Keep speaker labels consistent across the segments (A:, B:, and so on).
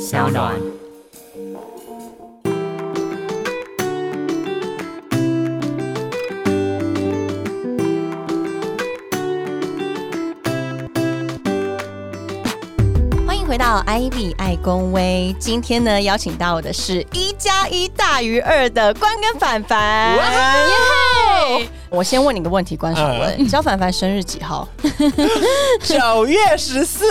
A: 小暖。
B: 欢迎回到 IB 爱公威，今天呢邀请到的是一加一大于二的关跟凡凡。耶我先问你个问题，关少文，你知道凡凡生日几号？
C: 九月十四，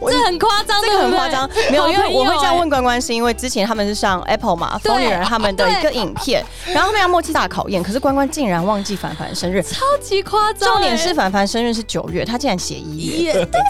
B: 我
A: 这很夸张，
B: 哎这个很夸张，
A: 哎
B: 没有，因为我会这样问
A: 对
B: 关关，是因为之前他们是上 Apple 嘛，
A: 对
B: 疯女人他们的一个
A: 对
B: 影片，然后他们要默契大考验，可是关关竟然忘记凡凡生日，
A: 不对，超级夸张。欸
B: 重点是凡凡生日是九月，他竟然写一月，
A: 耶，对，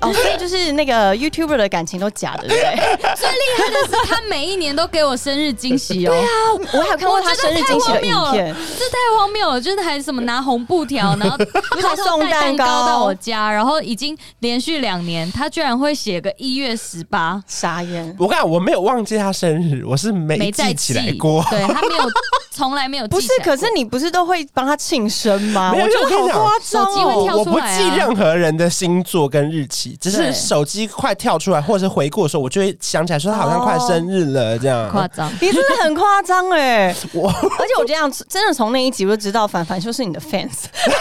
B: 哦，所以就是那个 YouTuber 的感情都假的，对不对？
A: 最厉害的 是他每一年都给我生日惊喜哦。对啊，
B: 我还有看过他生日惊喜的影片，
A: 这太荒谬了，就是还什么拿红布 条，然后
B: 还送
A: 带
B: 蛋
A: 蛋
B: 糕
A: 糕到我家，然后已经连续两年，他居然会写个一月十八。
B: 傻眼。
C: 我跟你讲，我没有忘记他生日，我是没
A: 没在
C: 记起来过。
A: 对他没有，从来没有
B: 不
A: 记
B: 是
A: 起，来
B: 可是你不是都会帮他庆生吗？
C: 没有
B: 我觉
C: 我跟你
B: 得好
C: 讲
B: 夸张
A: 手机会
B: 哦！
A: 跳
C: 我
A: 出
C: 不
A: 来啊
C: 记任何人的星座跟日期，只
B: 对
C: 是手机快跳出来或者是回顾的时候，我就会想起来说他好像快生日了这 样。
A: 夸张。
B: 你真的很夸张哎！
C: 我
B: 而且我这样真的从那一集我就知道，凡凡就是你的 fans。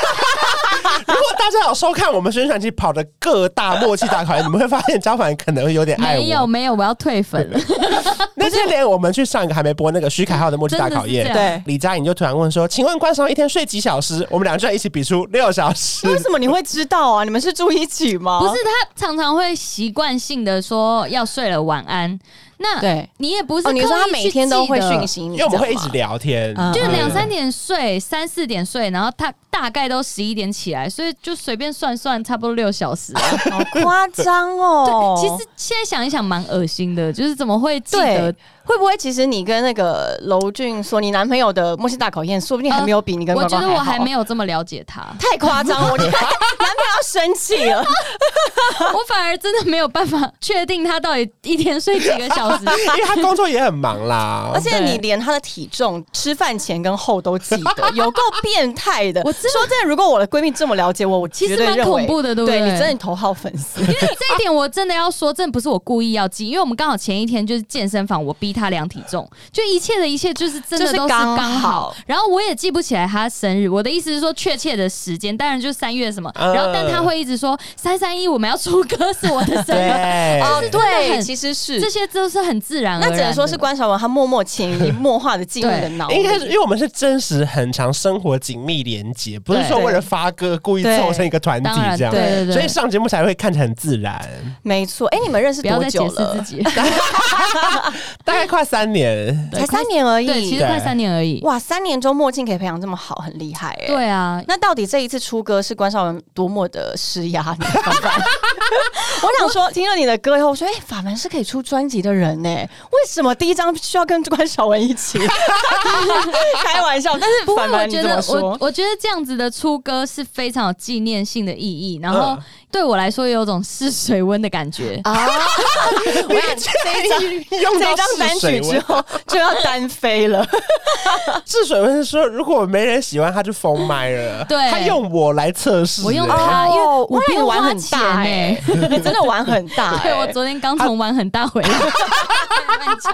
C: 如果大家有收看我们宣传期跑的各大默契大考验，你们会发现张凡可能会有点爱
A: 没有
C: 我。
A: 没有，我要退粉了。
C: 那天连我们去上一个还没播那个徐凯浩的默契大考验
A: 真的是这，样
B: 对，
C: 李佳颖就突然问说：“请问关少一天睡几小时？”我们俩就在一起比出六小时。
B: 为什么你会知道啊？你们是住一起吗？
A: 不是，他常常会习惯性的说要睡了，晚安。那
B: 对
A: 你也不是、
B: 哦，你说他每天都会讯
A: 讯息。
B: 息
C: 因
B: 你，
C: 为我们会一
B: 这
C: 直
B: 样吗。
C: 聊天，
B: 嗯
A: 就是
C: 对
A: 两三点睡，三四点睡，然后他大概都十一点起来，所以就随便算算，差不多六小时啊。
B: 好夸张哦！
A: 对，其实现在想一想，蛮恶心的，就是怎么会记
B: 对？，
A: 得
B: 会不会其实你跟那个娄俊说你男朋友的默契大考验，说不定还没有比你跟
A: 我
B: 关
A: 觉
B: 关
A: 呃得我还没
B: 有，
A: 有这么了解他
B: 太夸张了， 我觉得男朋友要生气了。
A: 我反而真的没有办法确定他到底一天睡几个 小时。
C: 因为他工作也很忙啦
B: 而。且
A: 对
B: 你连他的体重、吃饭前跟后都记 得，有够变态的。
A: 我真的
B: 说真的，如果我的闺蜜这么了解我，我
A: 其实
B: 绝对
A: 蛮
B: 认为
A: 恐怖的对不
B: 对？
A: 对
B: 你真的头号粉 丝，
A: 因为这一点我真的要说，真的不是我故意要记，因为我们刚好前一天就是健身房，我逼他量体重，就一切的一切就是真的
B: 就是
A: 都是
B: 刚
A: 刚
B: 好
A: 好。然后我也记不起来他生日，我的意思是说确切的时间，当然就是三月什么。
C: 嗯
A: 然后但他会一直说三三一我们要出歌是我的生日，
C: 对，
A: 真 的很
B: 其实是
A: 这些都是很自然而
B: 那
A: 然的。
B: 只能说是关晓雯她默默潜移默化的进入你的
A: 哦
B: 脑里。
C: 应 该是因为我们是真实很长生活紧密连接，不是说为了发歌故意凑成一个团体
A: 当然
C: 这
A: 对
C: 样，
A: 对对，
C: 所以上节目才会看起来很自然。
B: 没错。哎、你们认识
A: 不要
B: 多
A: 再解
B: 久
A: 释自
B: 了？
A: 己，
C: 大概快三年，
B: 才三年而
A: 对，其
B: 已
A: 实。快三年而已。
B: 哇，三年中墨镜可以培养这么好，很厉害哎、
A: 对啊，
B: 那到底这一次出歌是关少文多么的施压你？凡凡 我想说，听了你的歌以后，我说，哎、法凡是可以出专辑的人呢、为什么第一张需要跟关少文一起？ 开玩笑，但是
A: 不过
B: 凡
A: 我
B: 凡你
A: 觉
B: 怎
A: 得
B: 么
A: 我
B: 说？
A: 我觉得这样子的出歌是非常有纪念性的意义，然后
C: 嗯
A: 对我来说也有种试水温的感觉。
B: 啊！我想这一张
C: 用
B: 这
C: 到
B: 一张单曲
C: 试水
B: 之
C: 温。
B: 后就要单飞 了。
A: 啊
C: 试水温是说，如果没人喜欢，他就封麦了。
A: 对
C: 他用我来测试、
A: 我用
C: 欸
A: 他，因
B: 哦
A: 为啊我
B: 哇
A: 不
B: 你
A: 用
B: 玩
A: 花
B: 很
A: 钱
B: 大
A: 欸
B: 你 真的玩很大、
A: 对
B: 欸，
A: 我昨天刚从玩很大回来。乱讲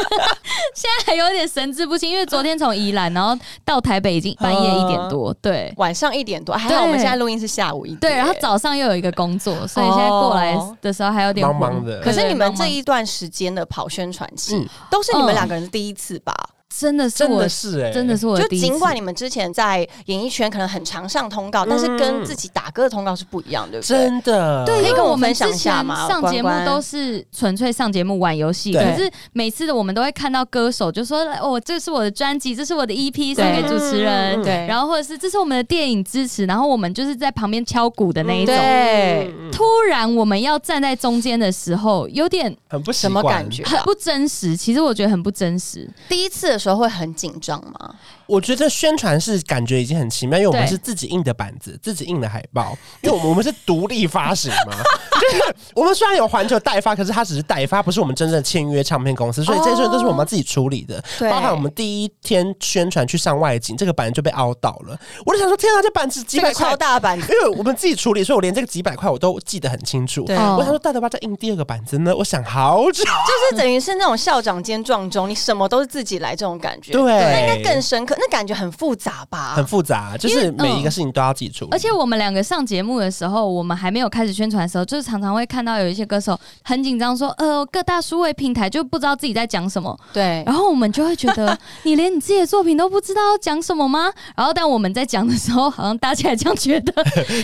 A: 现在还有点神志不清，因为昨天从宜兰，然后到台北已经半夜一点多，对
B: 晚上一点多，还好我们
A: 对
B: 现在录音是下午一点。
A: 对，然后早上又有一个工作，所以现在过来的时候还有点
C: 茫茫
A: 混
C: 的
B: 可是
A: 对
B: 你们
A: 茫茫
B: 这一段时间的跑宣传期，
C: 嗯
B: 都是你们
A: 嗯
B: 两个人的第一次吧？
A: 真的是
C: 真
A: 我
C: 的，是哎、
A: 真的
C: 是。
A: 是我的
B: 就
A: 哦第一次。
B: 尽管你们之前在演艺圈可能很常上通告，但是跟自己打歌的通告是不一样，对不对？
C: 真的，
A: 对，
B: 可以
A: 因为
B: 跟我
A: 我们
B: 分享
A: 之
B: 一下
A: 前
B: 吗
A: 上节目
B: 关关
A: 都是纯粹上节目玩游戏，
C: 对
A: 可是每次的我们都会看到歌手就说：“哦，这是我的专辑，这是我的 EP，送给主持人。”
B: 对
A: 然后或者是这是我们的电影支持，然后我们就是在旁边敲鼓的那一种。
B: 对，
A: 突然我们要站在中间的时候，有点
C: 很不习
B: 什么
C: 惯
B: 感觉？嗯
A: 很不真实。其实我觉得很不真实，
B: 第一次的时候会很紧张吗？
C: 我觉得宣传是感觉已经很奇妙，因为我们
A: 对
C: 是自己印的板子，自己印的海报，因为我们我们是独立发行 嘛， 就是我们虽然有环球代发，可是它只是代发，不是我们真正签约唱片公司，所以这些都是我们自己处理的。
B: 哦对
C: 包含我们第一天宣传去上外景，这个板就被凹倒了，我就想说，天啊，这板子几
B: 这
C: 百
B: 个
C: 块
B: 超。大版
C: 因为我们自己处理，所以我连这个几百块我都记得很清楚。
B: 对
C: 我想说，大头爸再印第二个板子呢，我想好
B: 就
C: 久。
B: 是等于是那种校长兼撞钟，你什么都是自己来这种感觉，
C: 对
B: 那应该更深刻，那感觉很复杂吧？
C: 很复杂，
B: 嗯
C: 就是每一个事情都要记住。
A: 而且我们两个上节目的时候，我们还没有开始宣传的时候，就是常常会看到有一些歌手很紧张，说呃各大数位平台就不知道自己在讲什么，
B: 对
A: 然后我们就会 觉得你连你自己的作品都不知道要讲什么吗？然后但我们在讲的时候，好像大家也这样觉 得，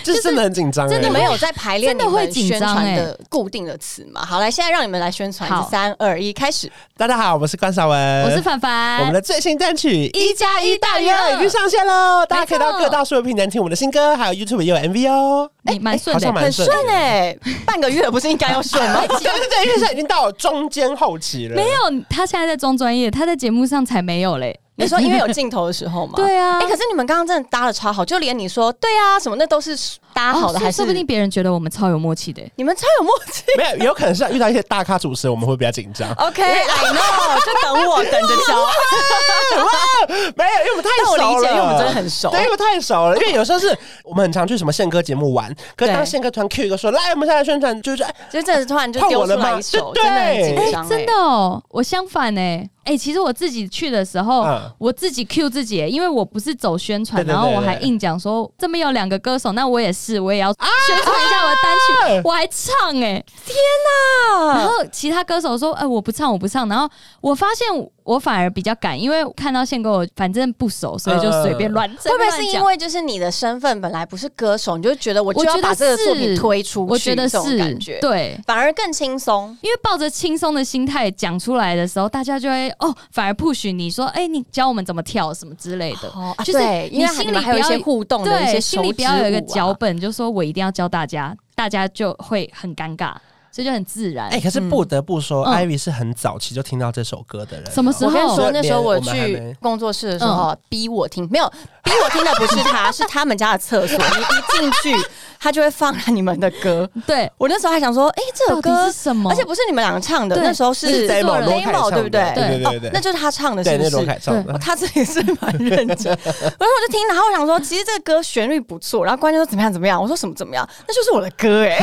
C: 就是真的很紧张、欸，
A: 真的
B: 你们有在排练
A: 真的
B: 你们
A: 会紧
B: 宣
A: 张
B: 传
A: 欸
B: 的固定的词吗？好，来，现在让你们来宣传
A: 好，
B: 三二一，开始。
C: 大家好，我是关少文，
A: 我是凡凡，
C: 我们的最新单曲《
A: 一加一大
C: 大
B: 哎
A: 于
C: 约二》已经
A: 二，
C: 上线喽，大家可以到各大数位平台听我们的新歌，还有 YouTube 也有 MV 哦。
A: 你蛮顺
C: 好
A: 的
C: 像，蛮
B: 很
C: 顺
B: 顺
C: 的。
B: 哎、半个月不是应该要顺吗？
C: 对对对，因为现在已经到中间后期了。
A: 没有他现在在装专业，他在节目上才没有嘞。
B: 你说因为有镜头的时候嘛。
A: 对啊
B: 哎、可是你们刚刚真的搭的超好，就连你说对啊什么，那都是搭好的，
A: 哦所以
B: 还是
A: 说不定别人觉得我们超有默契的。
B: 你们超有默 契。
C: 没有，有可能是遇到一些大咖主持人，我们会比较紧张。
B: 啊 OK，I、know，就等我，等着瞧。
C: 没有，因为我们
B: 但
C: 太
B: 我
C: 熟了，
B: 理解，因为我们真的很熟。
C: 对，因为太熟了，因为有时候是我们很常去什么宪歌节目玩，可是当
B: 对
C: 宪歌团 Q 一个说来，我们现在宣传，就是哎
B: 就真的突然就
C: 换
B: 丢
C: 我
B: 出
C: 了
B: 来
C: 吗
B: 一 首，
C: 对
B: 真的很紧
A: 哎、
B: 张、欸
A: 真的哦，我相反哎、哎、其实我自己去的时候，
C: 嗯
A: 我自己 Q 自己欸、因为我不是走宣传，
C: 对对对
A: 然后我
C: 对
A: 还硬讲说这边有两个歌手，那我也是，我也要
B: 啊
A: 宣传一下我的单曲，
C: 啊
A: 我还唱哎、然
B: 啊，
A: 后其他歌手说，哎、我不唱，我不唱，然后我发现我反而比较敢，因为看到宪哥我反正不熟，所以就随便乱，
B: 嗯会
A: 随
B: 不
A: 便
B: 会
A: 乱
B: 是因
A: 讲
B: 为就是你的身份本来不是歌手，你就觉得我就
A: 我
B: 要
A: 觉得
B: 把这个作品
A: 是
B: 推出去，
A: 我觉得
B: 这种
A: 是
B: 感觉，，
A: 对。
B: 反而更轻松。
A: 因为抱着轻松的心态讲出来的时候，大家就会哦，反而 push 你说，哎、你教我们怎么跳什么之类的。
B: 哦，啊
A: 就是
B: 对，因
A: 你
B: 为
A: 心
B: 你
A: 里
B: 们还有一
A: 不
B: 些
A: 要
B: 互动的一些手
A: 对，心
B: 指
A: 里不要有一个
B: 舞啊
A: 脚本，就说我一定要教大家，大家就会很尴尬，所以就很自然。
C: 哎，可是不得不说
A: 嗯
C: ，Ivy 是很早期就听到这首歌的人。
A: 什么时
B: 我跟你
A: 候？
B: 说，嗯那时候我
C: 我们还没
B: 去工作室的时候，逼我听，没有逼我听的不是他， 是他们家的厕所。你一进去，他就会放你们的歌。
A: 对，
B: 我那时候还想说，哎，这首
A: 到
B: 歌
A: 底是什么？
B: 而且不是你们两个唱的，
A: 对
B: 那时候是
A: 是
C: demo
A: 做人
C: 罗
B: demo，
C: 凯唱的
B: 对不对
C: 对对
B: 哦
C: 对对，
B: 那就是他唱的，是
C: 对，
B: 不
C: 那罗
B: 是？
C: 凯唱 的
B: 哦。他自己是蛮认真，然后我就听，然后我想说，其实这个歌旋律不错，然后关键说怎么样怎么样，我说什么怎么样，那就是我的歌 哎、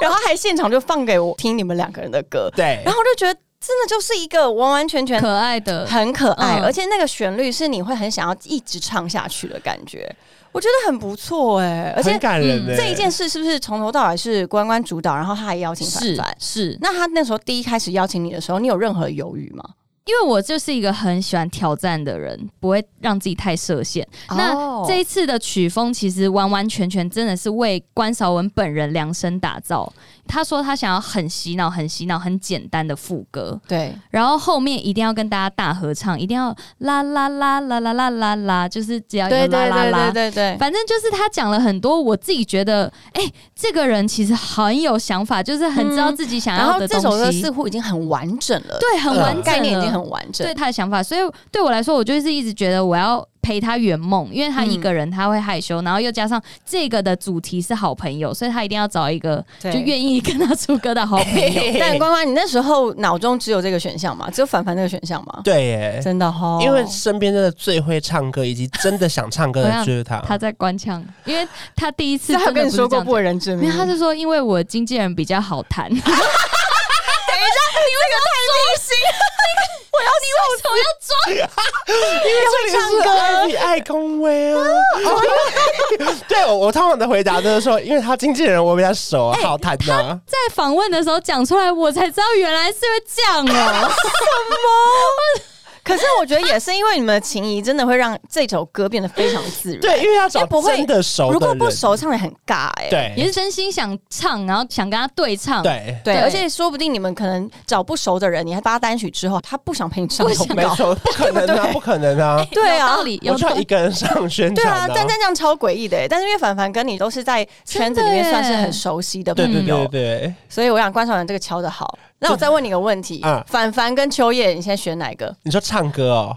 B: 然后还现场就放给我听你们两个人的歌，
C: 对
B: 然后我就觉得真的就是一个完完全全
A: 可爱的，
B: 很可爱，
A: 嗯
B: 而且那个旋律是你会很想要一直唱下去的感觉，我觉得很不错哎、而且
C: 很感人欸
A: 嗯
C: 的、
B: 这一件事是不是从头到尾是关关主导，然后他还邀请
A: 是
B: 凡凡？
A: 是，
B: 那他那时候第一开始邀请你的时候，你有任何犹豫吗？
A: 因为我就是一个很喜欢挑战的人，不会让自己太设限。
B: 哦
A: 那这一次的曲风其实完完全全真的是为关韶文本人量身打造。他说他想要很洗脑、很洗脑、很简单的副歌，
B: 对，
A: 然后后面一定要跟大家大合唱，一定要啦啦啦啦啦啦啦啦，就是只要有
B: 对
A: 啦
B: 对
A: 啦
B: 对对
A: 啦。
B: 对对，
A: 反正就是他讲了很多，我自己觉得，哎、这个人其实很有想法，就是很知道自己想
B: 嗯然
A: 要
B: 后
A: 的
B: 这
A: 东西。
B: 首歌似乎已经很完整了，
A: 对，很完整、
C: 嗯
B: 概念已经。很完整
A: 对。他的想法，所以对我来说，我就是一直觉得我要陪他圆梦，因为他一个人他会害羞，然后又加上这个的主题是好朋友，所以他一定要找一个
B: 对
A: 就愿意跟他出歌的好朋 友。
B: 但关关，你那时候脑中只有这个选项吗？只有凡凡这个选项吗？
C: 对耶，
B: 真的哦哈，
C: 因为身边真的最会 唱歌以及真的想唱歌的就是他。
A: 他在官腔，因为他第一次
B: 是
A: 真
B: 他
A: 的
B: 有跟你
A: 不是
B: 说
A: 这
B: 过
A: 样
B: 不为人知
A: 没
B: 吗
A: 有，？ 他是说因为我经纪人比较好谈。 等一下，你为 什么要
C: 这里是艾比爱公威啊！
B: 哦
C: 对，我我通常的回答就是说，因为他经纪人我比较熟
B: 哎
C: 啊，好谈呐、啊。
A: 在访问的时候讲出来，我才知道原来是会这样 哦、
B: 可是我觉得也是因为你们的情谊，真的会让这首歌变得非常自然。
C: 对，因为要
B: 因
C: 找
B: 为哎不会
C: 真的熟的人，
B: 如果不熟，唱的很尬哎、
A: 也
C: 对
A: 是真心想唱，然后想跟他对唱。，
C: 对
B: 对，
A: 对
B: 而且说不定你们可能找不熟的人，你还发单曲之后，他不想陪你唱
A: 不
B: 通
A: 想
C: 没
B: 告。
C: 错，不可能啊，不可能啊！
B: 对啊
A: 有道理，
C: 我
A: 有
C: 就
A: 道
C: 要一
A: 理。
C: 个人上宣
B: 对啊
C: 传，，
B: 但但这样超诡异的、欸。但是因为凡凡跟你都是在圈子里面
A: 真的耶
B: 算是很熟悉的朋
C: 对
B: 友，
C: 对对对，
B: 所以我想关晓雯这个敲的好。那我再问你个问题
C: 嗯：
B: 凡凡跟秋叶，你现在选哪一个？
C: 你说唱歌哦，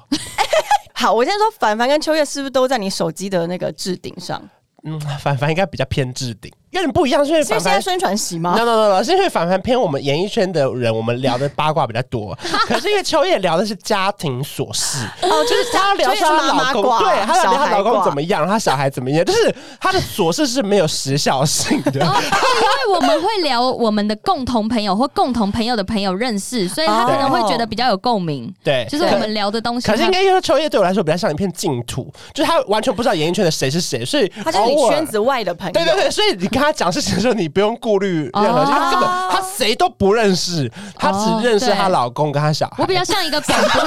B: 好，我现在说凡凡跟秋叶是不是都在你手机的那个置顶上？
C: 嗯，凡凡应该比较偏置顶，有点不一样，是因为
B: 所以
C: 凡
B: 现在
C: 凡。
B: 宣传席吗
C: no？no no no，是因为凡凡偏我们演艺圈的人，我们聊的八卦比较 多。可是因为秋叶聊的是家庭琐事，
B: 哦，就是
C: 她
B: 他
C: 要聊说她
B: 妈
C: 老
B: 妈
C: 公，
B: 挂，
C: 对，她要
B: 小
C: 聊她
B: 孩
C: 老公
B: 挂
C: 怎么样，她小孩怎么样，就是她的琐事是没有时效性的。
A: 哦，对，因为我们会聊我们的共同朋友或共同朋友的朋友认识，所以
B: 哦
A: 他可能会觉得比较有共鸣。
C: 对，
A: 就是我们聊的东西，
C: 可是应该说，秋叶对我来说比较像一片净土，就是他完全不知道演艺圈的谁是谁，所以
B: 他就是
C: 偶
B: 你
C: 尔
B: 圈。子外的朋友。
C: 对对对，所以你跟他讲事情的时候，你不用顾虑任何
A: 哦
C: 事，他根本他谁都不认识，他
B: 哦
C: 只认识
A: 对
C: 她老公跟她小孩。
A: 我比较像一个广 播。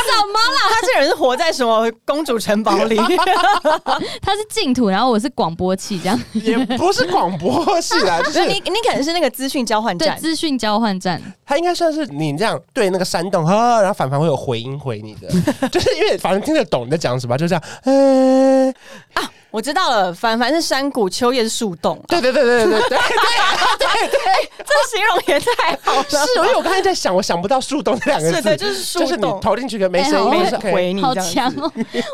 A: 什么啦？
B: 他这人是活在什么公主城堡 里？啊
A: 他是净土，然后我是广播器， 这样
C: 也不是广播系 啦，就
B: 所以
C: 是
B: 你你可能是那个资讯交换
A: 对
B: 站，
A: 资讯交换站。
C: 他应该算是你这样对那个山洞， 呵，然后反反会有回音回你的， 就是因为反正听得懂你在讲什么，就这样， 呃，
B: 我知道了。凡凡是山谷，秋叶是树洞，
C: 对对对对对对对，
B: 这形容也太好了。
C: 是，因为我刚才在想，我想不到树洞这两个
B: 是
C: 字，
B: 的，就是树
C: 就是你
B: 洞，
C: 投进去可能没
A: 哎
C: 声
A: 好
C: 音，
B: 会
C: 是可以
B: 回你
A: 好
B: 这样子
A: 强 哦！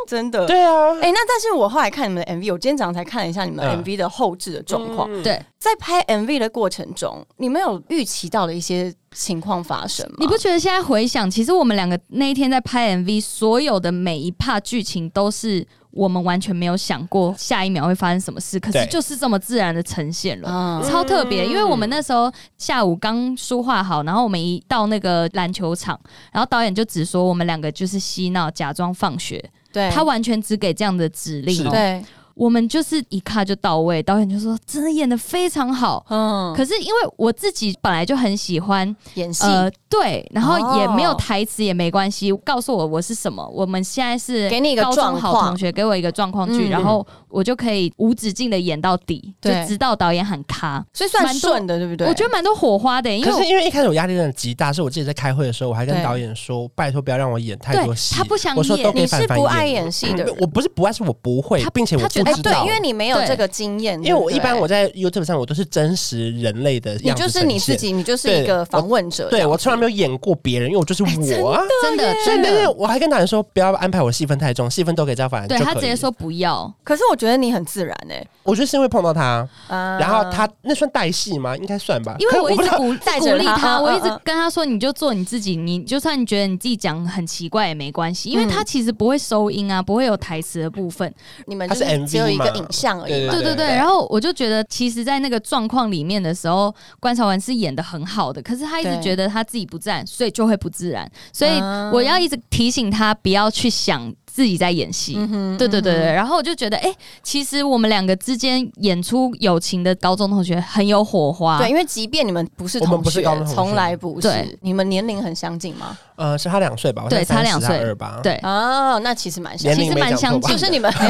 B: 真的。
C: 对啊，
B: 哎、那但是我后来看你们的 MV，我今天早上才看了一下你们
C: 嗯
B: MV 的后置的状况。
C: 嗯
A: 对，
B: 在拍 MV 的过程中，你们有预期到的一些情况发生吗？
A: 你不觉得现在回想，其实我们两个那一天在拍 MV，所有的每一 part 剧情都是我们完全没有想过下一秒会发生什么事，可是
C: 对
A: 就是这么自然的呈现了。
B: 啊
A: 超特别，因为我们那时候下午刚梳化好，然后我们一到那个篮球场，然后导演就只说我们两个就是嬉闹，假装放学，
B: 对，
A: 他完全只给这样的指令、
C: 是
A: 哦。
B: 对，
A: 我们就是一看就到位，导演就说真的演的非常好。
B: 嗯，
A: 可是因为我自己本来就很喜欢
B: 演戏、
A: 呃，对，然后也没有
B: 哦
A: 台词也没关系，告诉我我是什么。我们现在是
B: 给你一个
A: 高
B: 状
A: 中好
B: 况
A: 同学给我一个状况剧，
B: 嗯
A: 然后我就可以无止境的演到底，就
B: 对
A: 直到导演喊卡。
B: 所以算
A: 蛮多
B: 顺的，对不对？
A: 我觉得蛮多火花的，因
C: 可
A: 为我
C: 是因为一开始我压力真的极大，是我自己在开会的时候，我还跟
B: 对
C: 导演说：“拜托不要让我演太
A: 对
C: 多戏。”
A: 他不想
C: 我说
A: 演
C: 都给
B: 你
C: 凡
B: 是
C: 凡
B: 不爱
C: 演
B: 演戏的人
C: 嗯，我不是不爱，是我不会
A: 他，
C: 并且我
A: 他
C: 不
A: 觉得
C: 知
B: 哎对
C: 道，，
B: 因为你没有
A: 对
B: 这个经验，
C: 因为我
B: 对
C: 一
B: 不对
C: 般我在 YouTube 上我都是真实人类的
B: 你
C: 样子
B: 就是你
C: 呈现
B: 自，己，你就是一
C: 对
B: 个
C: 我
B: 访问者这
C: 对
B: 样子，
C: 我从来没有演过别人，因为我就是我啊。
A: 哎真的
C: 所以
A: 真
C: 那
A: 的
C: 天，我还跟导演说，不要安排我戏份太重，戏份都给赵凡就
A: 对他
C: 可
A: 直
C: 以
A: 接
C: 了，
A: 说不要，
B: 可是我觉得你很自然哎、
C: 我觉得是因为碰到他，
B: 啊
C: 然后他那算带戏吗？应该算吧，
A: 嗯因为
C: 可
A: 我
C: 我
A: 一
C: 不
A: 直
C: 知道
A: 鼓
B: 带着
A: 鼓励
B: 他
A: 他，
B: 嗯
A: 我一
B: 嗯
A: 直跟他说，你就做你自己，你就算你觉得你自己讲很奇怪也没关系，因为
B: 嗯
A: 他其实不会收音啊，不会有台词的部分，
B: 你们
C: 他
B: 就是是
C: MV
B: 只有一个
C: 嘛
B: 影像而已嘛，
A: 对对
C: 对
A: 对，
C: 对
A: 然后我就觉得，其实，在那个状况里面的时候，关韶文是演的很好的，可是他一直
B: 对
A: 觉得他自己不自然，所以就会不自然。所以
B: 啊
A: 我要一直提醒他不要去想自己在演戏。对对对对，然后我就觉得，哎、其实我们两个之间演出友情的高中同学很有火花。
B: 对，因为即便你们不是
C: 我们
B: 同
C: 不是
B: 学
C: 高中，同
B: 从
C: 学
B: 来不是
A: 对，
B: 你们年龄很相近吗？
C: 呃，是他两岁吧？我
A: 对
C: 才
A: 差两岁
C: 啊二吧？
A: 对
B: 哦，那其实蛮相
C: 年
B: 近，
A: 其
C: 龄
A: 实
C: 没
A: 蛮
C: 讲
A: 相
C: 错吧
A: 近
B: 就
A: 的
B: 是你 们没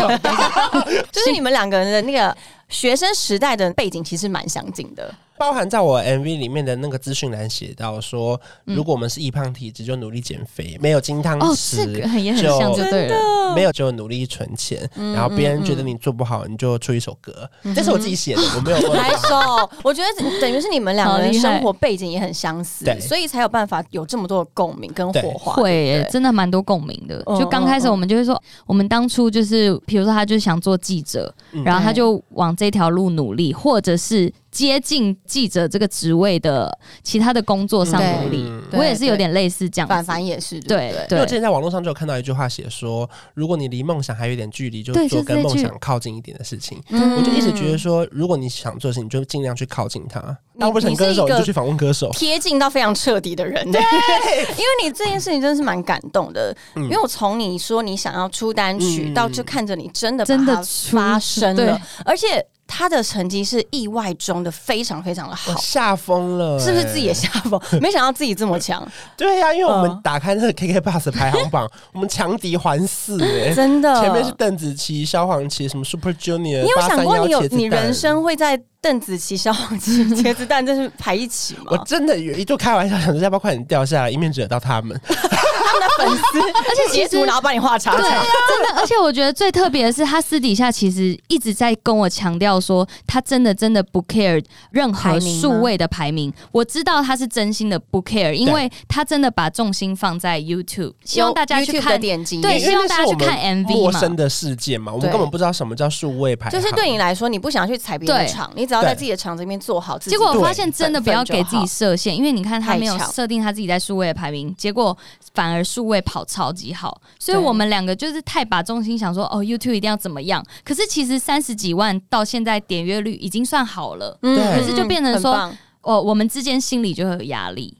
B: 有，就是你们两个人的那个学生时代的背景其实蛮相近的。
C: 包含在我 MV 里面的那个资讯栏写到说，如果我们是易胖体质，就努力减肥；没有金汤
A: 嗯哦，这
C: 匙，
A: 个很也很
C: 就
A: 像就对了。
C: 没有就努力存钱。
A: 嗯
C: 然后别人觉得你做不好，你就出一首歌。这是我自己写的，我没有问
B: 拍
C: 他。
B: 手，我觉得等于是你们两个人
A: 好厉害
B: 生活背景也很相似
C: 对，
B: 所以才有办法有这么多的共鸣跟火花。
A: 会耶、
B: 对不对
A: 真的蛮多共鸣的。
B: 嗯
A: 就刚开始我们就会说，我们当初就是，比如说他就想做记者，
C: 嗯
A: 然后他就往这条路努力，或者是接近记者这个职位的其他的工作上努力。
C: 嗯
B: 对
A: 我也是有点类似这样
B: 凡
A: 子，
B: 凡也是，对
A: 对
B: 不对。
C: 因为我
A: 对
C: 之前在网络上就有看到一句话写说，如果你离梦想还有一点距离，就
A: 对
C: 做
A: 就是
C: 跟
A: 这
C: 梦
A: 句
C: 想靠近一点的事情。
A: 嗯
C: 我就一直觉得说，如果你想做的事情，你就尽量去靠近它。当不成
B: 你是
C: 歌手，
B: 一
C: 你
B: 个
C: 就去访问歌手。
B: 贴近到非常彻底的人，对， 因为你这件事情真的是蛮感动的，
C: 嗯
B: 因为我从你说你想要出单曲，
C: 嗯
B: 到就看着你真的
A: 真
B: 把
A: 的
B: 它
A: 出
B: 发生了
A: 对，
B: 而且他的成绩是意外中的非常非常的
C: 我
B: 好，
C: 吓疯了、
B: 是不是
C: 欸
B: 自己也吓 疯？没想到自己这么强，
C: 对啊呀、因为我们
B: 嗯
C: 打开那个 KK Bus 排行 榜，我们强敌环伺哎、
B: 真的。
C: 前面是邓紫棋、萧煌奇，什么 Super Junior，
B: 你有想过你有你
C: 831茄子蛋
B: 人？生会在邓紫棋、萧煌 奇、茄子蛋这是排一起
C: 我
B: 吗？
C: 真的有一度开玩笑想说要不要快点掉下来，以免惹到他们。
B: 他们的粉丝，而
A: 且其
B: 截
A: 实
B: 图然后帮你画叉
A: 对，
B: 叉，
A: 真的，而且我觉得最特别的是，他私底下其实一直在跟我强调说，他真的真的不 care 任何数位的排名。我知道他是真心的不 care，因为他真的把重心放在 YouTube，希望大家去
B: YouTube 的
A: 看。
B: 点击，
A: 对
C: 因为
A: 希望
C: 那
A: 大家
C: 是我
A: 去看
C: 们
A: MV
C: 陌
A: 嘛
C: 生的世界嘛，我们
B: 对
C: 根本不知道什么叫数位排行，
B: 就是对你来说，你不想去踩别人的场，你只要在自己的场子里面做好自己。
A: 结果我发现真的不要给自
B: 对
A: 己设限，因为你看他没有
B: 太强
A: 设定他自己在数位的排名，结果反而数位跑超级好，所以
B: 对
A: 我们两个就是太把重心想说哦 YouTube 一定要怎么样，可是其实三十几万到现在点阅率已经算好了，
B: 嗯
C: 对
A: 可是就变成说
B: 很棒
A: 哦我们之间心里就会有压力，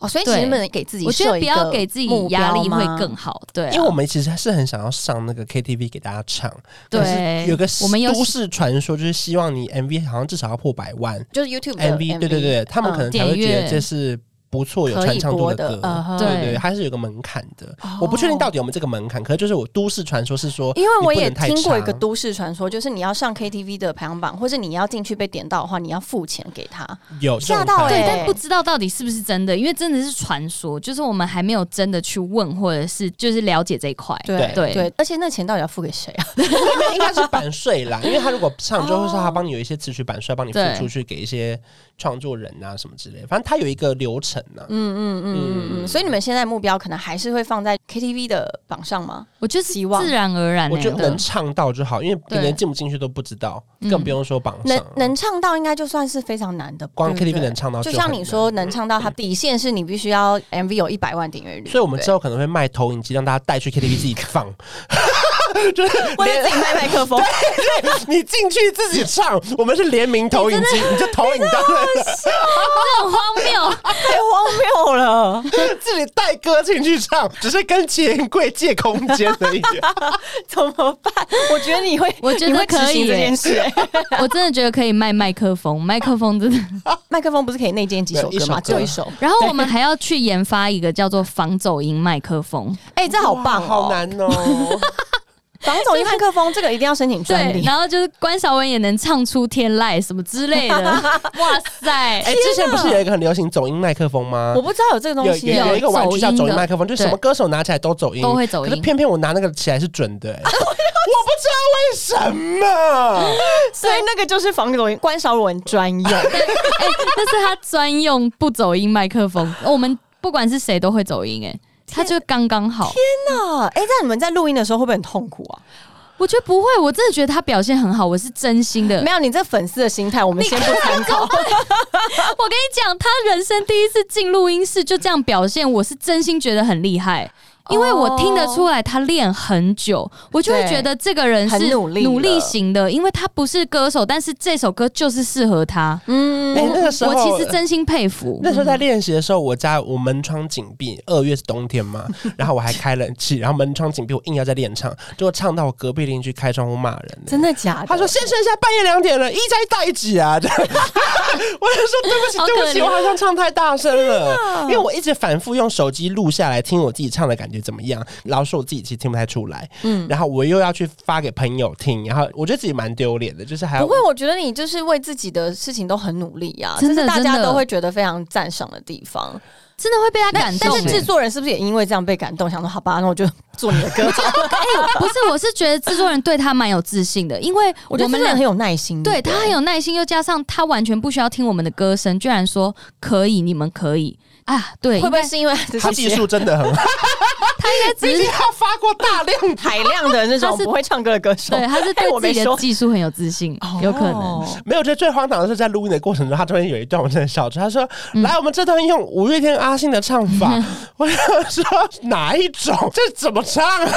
B: 哦，所以其实
A: 对
B: 不能给自己
A: 我觉得
B: 设一
A: 不
B: 个
A: 要给自己压力
B: 目
A: 会
B: 标吗
A: 更好，对啊、
C: 因为我们其实是很想要上那个 KTV 给大家唱，
A: 对
C: 可是有个
A: 我们有
C: 都市传说，就是希望你 MV 好像至少要破百万
B: 就是 YouTube 的
C: MV，对对对，他们可能才会觉得这是不错有
B: 嗯可
C: 传
B: 以
C: 唱
B: 播
C: 度
B: 的
C: 歌，，
B: 嗯哼哦
A: 对
C: 对对，它是有个门槛的。我不确定到底有没有这个门槛，可是就是我都市传说是说，
B: 因为我
C: 你
B: 也
C: 不能太
B: 听过一个
C: 长
B: 都市传说，就是你要上 KTV 的排行榜，或是你要进去被点到的话，你要付钱给他。
C: 有
B: 吓到
C: 哎、
A: 对，
B: 欸
A: 但不知道到底是不是真的，因为真的是传说，就是我们还没有真的去问，或者是就是了解这一块。
B: 对
A: 对
B: 对，而且那钱到底要付给谁啊？
C: 对应该是版 税啦，因为他如果唱就会说他帮你有一些词曲版税，
B: 哦
C: 帮你付
A: 对
C: 出去给一些创作人啊什么之类的，反正他有一个流程呢、啊。
B: 嗯嗯嗯嗯嗯。所以你们现在目标可能还是会放在 KTV 的榜上吗？
A: 我觉得是
B: 希望
A: 自然而然、欸，
C: 我觉得
A: 对
C: 能唱到就好，因为你
A: 对
C: 连进不进去都不知道，
A: 嗯
C: 更不用说榜上
B: 能
C: 了。
B: 能唱到，应该就算是非常难的吧。
C: 光
B: 对不
C: KTV
B: 对
C: 能唱到
B: 就
C: 就
B: 像
C: 很
B: 你
C: 难
B: 说，能唱到它底线是你必须要 MV 有一百万订阅率，
C: 所以我们
B: 对
C: 之后可能会卖投 影机，让大家带去 KTV 自己放。
B: 或者自己卖麦克风，
C: 你进去自己唱，我们是联名投影 机，你就投影到那
A: 这很荒谬。
B: 太荒谬了。
C: 个，自己带歌进去唱，只是跟钱柜借空间而已。
B: 怎么办？我觉得你会，
A: 我觉得
B: 你会执
A: 可以
B: 行这
A: 耶
B: 件事、 欸。
A: 我真的觉得可以卖麦克风，麦克风真的。
B: 麦克风不是可以内建几首歌吗？只
C: 对
B: 有一
C: 一
B: 首。
A: 然后我们还要去研发一个叫做防走音麦克风，
B: 哎、这 好棒、哦，
C: 哇好。难 哦。
B: 防走音麦克风这个一定要申请专
A: 对，
B: 利。
A: 然后就是关晓雯也能唱出天籁什么之类 的。哇塞！
C: 哎，之前不是有一个很流行走音麦克风吗
B: 我？不知道有这个东
C: 有
B: 西、哦
C: 嗯有
A: 有
C: 有一个玩具叫走音麦克风，就是
A: 对
C: 什么歌手拿起来都走音，
A: 都会走音
C: 可是偏偏我拿那个起来是准的、欸 我不知道为什么。
B: 所以那个就是防走音关少文专 用。
A: 哎、那是他专用不走音麦克风，哦我们不管是谁都会走音、哎，他就刚刚好。
B: 那哎、那你们在录音的时候会不会很痛苦啊？
A: 我觉得不会，我真的觉得他表现很好，我是真心的
B: 没。有，你这粉丝的心态我们先不参考。
A: 我跟你讲，他人生第一次进录音室就这样表现，我是真心觉得很厉害。因为我听得出来他练很久，我就会
B: 对
A: 觉得这个人
B: 很
A: 是
B: 努力了
A: 努力型的，因为他不是歌手，但是这首歌就是适合他。
B: 嗯，
C: 哎、那个时候
A: 我其实真嗯心佩服。
C: 那时候在练习的时候，我家我门窗紧闭，二月是冬天嘛，然后我还开冷气，然后门窗紧闭，我硬要在练唱，结果唱到我隔壁邻居开窗户骂人、欸
B: 真的假的？
C: 他说：“先生，现在半夜两点了，一在带几啊？” 这样我就说：“对不起，
A: 好可
C: 对不起，
A: 怜
C: 我好像唱太大声了，因为我一直反复用手机录下来听我自己唱的感觉怎么样。老实说，我自己其实听不太出来，嗯，然后我又要去发给朋友听，然后我觉得自己蛮丢脸的，就是还要
B: 不会，我觉得你就是为自己的事情都很努力呀、啊，
A: 真
B: 这
A: 的
B: 是大
A: 真
B: 家
A: 的
B: 都会觉得非常赞赏的地方。
A: 真的会被他感
B: 但
A: 动、
B: 是制
A: 欸。
B: 作人是不是也因为这样被感动，想说好吧，那我就做你的歌？
A: 不是，我是觉得制作人对他蛮有自信的，因为
B: 我觉得
A: 我们
B: 真的
A: 俩
B: 很有耐心，
A: 对他很有耐心，又加上他完全不需要听我们的歌声，居然说可以，你们可以啊？对，
B: 会不
A: 应
B: 会
A: 该
B: 是因为这
C: 他
B: 些
C: 技术真的很好，
A: 他应该
C: 毕
A: 只是
C: 竟他发过大量
B: 海量的那种
A: 他是
B: 不会唱歌的歌手？
A: 对，他是
B: 哎
A: 对
B: 我
A: 自
B: 没
A: 己
B: 说
A: 的技术很有自信，有可能。
B: 哦
C: 没有，这最荒唐的是在录音的过程中，他中间有一段我真的笑出，他说：“来，我们这段用五月天阿信的唱法。我想说哪一种？这怎么唱啊？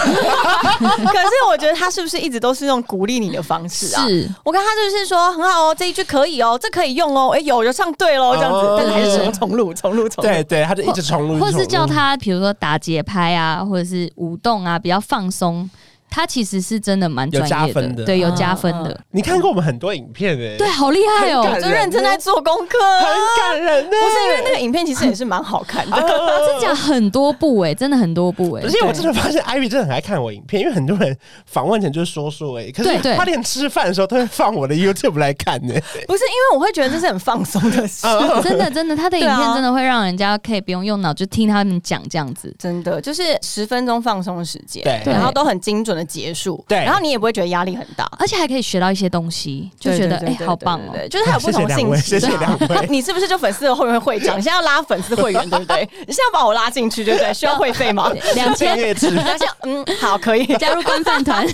B: 可是我觉得他是不是一直都是用鼓励你的方式啊？
A: 是，
B: 我看他就是说很好哦，这一句可以哦，这可以用哦，哎、有有唱对喽，这样子
C: 哦，
B: 但是还是重重录重录重录。
C: 对对，他就一直重录，
A: 或是叫
C: 一直重录。
A: 他比如说打节拍啊，或者是舞动啊，比较放松。他其实是真的蛮专
C: 有
A: 业
C: 加分
A: 的，
C: 的
A: 对，有
B: 嗯
A: 加分的，
C: 你看过我们很多影片诶、
B: 哎
A: 对，好厉害啊
C: 很感
A: 哦！
B: 我就认真在做功课、啊
C: 很感人呢、欸
B: 不是因为那个影片其实也是蛮好 看的。
C: 啊
A: 这讲很多部哎、真的很多部哎、
C: 而且我真的发现，Ivy 真的很爱看我影片，因为很多人访问前就是说说哎、可是
A: 对对
C: 他连吃饭的时候都会放我的 YouTube 来看呢、
B: 不是因为我会觉得这是很放松的事，
C: 嗯
A: 真 的真的，他的影
B: 对啊
A: 片真的会让人家可以不用用脑，就听他们讲这样子。
B: 真的就是十分钟放松的时间，
C: 对
B: 然后都很精准的结束，
C: 对
B: 然后你也不会觉得压力很大，
A: 而且还可以学到一些东西，就觉得
B: 对
A: 哎、好棒哦、，
B: 对对对对对就是还有不
C: 谢谢
B: 同
C: 两
B: 性
C: 位，
B: 质
C: 谢谢两位。
B: 你是不是就粉丝的会员会长？你现在要拉粉丝会员，对不对？你现在要把我拉进去，对不对？需要会费吗？
A: 两
C: 订
A: 千
C: 阅制，
B: 然后像嗯，好，可以。
A: 加入官 饭团，
B: 对，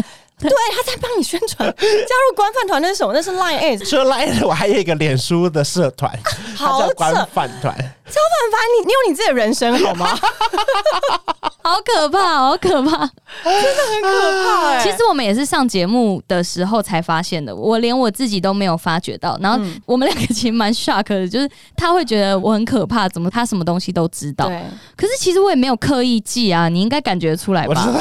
B: 他在帮你宣传。加入官饭团那是什么？那是 Line A，
C: 除了 Line，我还有一个脸书的社团，它
B: 好
C: 叫
B: 扯
C: 官饭团。
B: 超反烦你，你有你自己的人生好吗？
A: 好可怕，好可怕。
B: 很可怕哎、
A: 其实我们也是上节目的时候才发现的，我连我自己都没有发觉到。然后
B: 嗯
A: 我们两个其实蛮 shock 的，就是他会觉得我很可怕，怎么他什么东西都知道？
B: 对，
A: 可是其实我也没有刻意记啊，你应该感觉出来
C: 我知
A: 吧？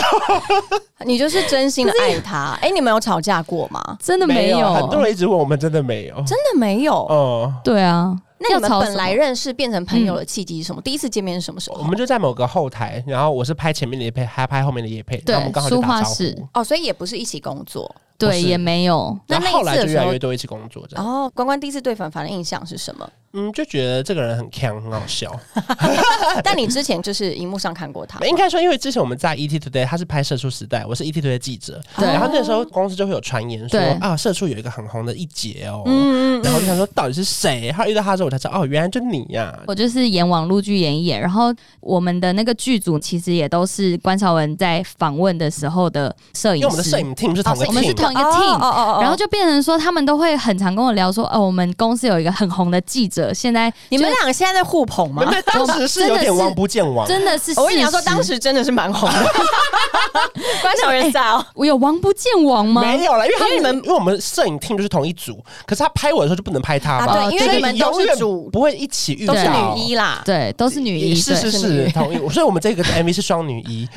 C: 道
B: 你就是真心的爱他。哎、你们有吵架过吗？
A: 真的没
C: 有，很多人一直问我们，真的没有。
B: 真的没有。
C: 哦，
A: 对啊，
B: 那你
A: 要
B: 们
A: 吵
B: 本
A: 什
B: 来
A: 么
B: 认识变成朋友的契机是什么？第一次见面是什么时
C: 我
B: 候
C: 们？就在某个后台，然后我是拍前面的也配，还拍后面的也配，
A: 对
C: 然后我们刚好就
A: 书
C: 打
A: 画
C: 招
A: 室
C: 呼。
B: 哦，所以也不是一起工作。
A: 对
C: 是
A: 也没有。
C: 然
B: 那
C: 后
B: 那一
C: 后来
B: 次的
C: 就
B: 时
C: 越来
B: 候
C: 越多一起工作，这样
B: 然。后哦关关第一次对凡凡的印象是什么？
C: 嗯，就觉得这个人很强，很好笑。
B: 但你之前就是荧幕上看过他，
C: 哎应该说，因为之前我们在 ET Today，他是拍《社畜时代》，我是 ET Today 记者，
A: 对
B: 哦
C: 然后那时候公司就会有传言说
A: 哦对
C: 啊，社畜有一个很红的一姐哦，
B: 嗯，嗯
C: 然后我就想说到底是谁？后来遇到他之后，我才知道哦，原来就你呀、
A: 我就是演网络剧演一演，然后我们的那个剧组其实也都是关少文在访问的时候的摄
C: 因
A: 影
C: 为
A: 师，
C: 我们的摄影 team 是同一个
A: 我们是
C: team，的、
A: 同一个
B: 哦
A: team，、
B: 哦哦哦
A: 然后就变成说，他们都会很常跟我聊说，哦，我们公司有一个很红的记者，现在
B: 你们两个现在在互捧吗
C: 没？有，当时是有点王不见王，
A: 真的是事实，
B: 我跟你讲说，当时真的是蛮红 的，关小人在哦。
A: 我有王不见王吗？
C: 没有了，因为他
B: 因为你们
C: 因为我们摄影 team 就是同一组，可是他拍我的时候就不能拍他吧？
A: 啊对因为
C: 所以
B: 你们都是
C: 永远
B: 主
C: 不会一起遇
B: 都
C: 到，
B: 是女一啦，
A: 对，都是女一，
C: 是
A: 对
C: 是
B: 是女
C: 是
B: 一
C: 同一，所以我们这个 MV 是双女一，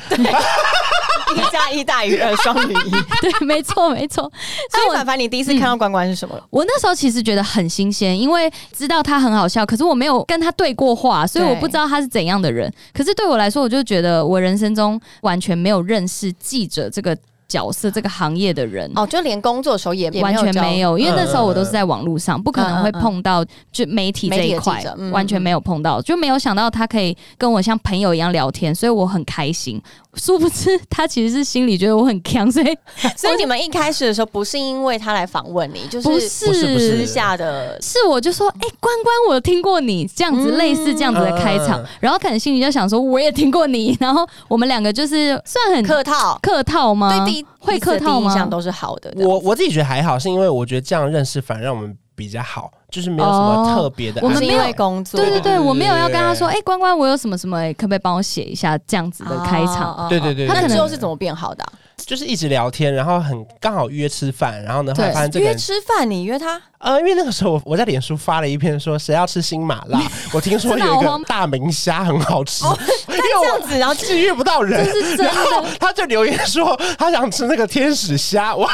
B: 一加一大于二，双 女一。
A: 对，没错没错。
B: 所以凡凡，你第一次看到关关是什么？
A: 我那时候其实觉得很新鲜，因为知道他很好笑，可是我没有跟他对过话，所以我
B: 对
A: 不知道他是怎样的人。可是对我来说，我就觉得我人生中完全没有认识记者这个角色、这个行业的人。
B: 哦，就连工作的时候也也
A: 完全没
B: 有嗯
A: 有，因为那时候我都是在网络上，不可能会碰到就媒体这一
B: 媒体
A: 块
B: 的记者嗯，
A: 完全没有碰到，就没有想到他可以跟我像朋友一样聊天，所以我很开心。殊不知他其实是心里觉得我很强，所以
B: 交，所以你们一开始的时候不是因为他来访问你，就
A: 不
B: 是
A: 是
C: 不是不是
B: 私下的。
A: 是我就说，哎、关关，我听过你这样子，
B: 嗯
A: 类似这样子的开场，
C: 嗯
A: 然后可能心里就想说，我也听过你，然后我们两个就是算很
B: 客套，
A: 客套吗？
B: 对第一
A: 会客
B: 第一次的
A: 套
B: 第一印象
A: 吗？
B: 都是好的。
C: 我我自己觉得还好，是因为我觉得这样认识反而让我们比较好，就是没有什么
A: 哦
C: 特别的
A: 我
C: 安
A: 们
B: 是
C: 排。
A: 没
B: 因
A: 有
B: 为工作，
A: 对对对，
C: 对
A: 我没有要跟他
C: 对
A: 说，哎、关关，我有什么什么、哎可不可以帮我写一下这样子的开场？
B: 哦
C: 对对对对
B: 那
C: 对
B: 之后
C: 对
B: 是怎么变好的啊？
C: 就是一直聊天，然后很刚好约吃饭，然后呢，后来
A: 对
C: 发现这个
B: 约
C: 人，
B: 吃饭，你约他，
C: 呃，因为那个时候我我在脸书发了一篇说谁要吃新麻辣，我听说有
A: 真的
C: 一
A: 好
C: 个
A: 荒
C: 大明虾很好吃， 因为
B: 这
C: 我
B: 样子，然后
C: 一直遇不到人，
A: 这是真的
C: 然后他就留言说他想吃那个天使虾，哇，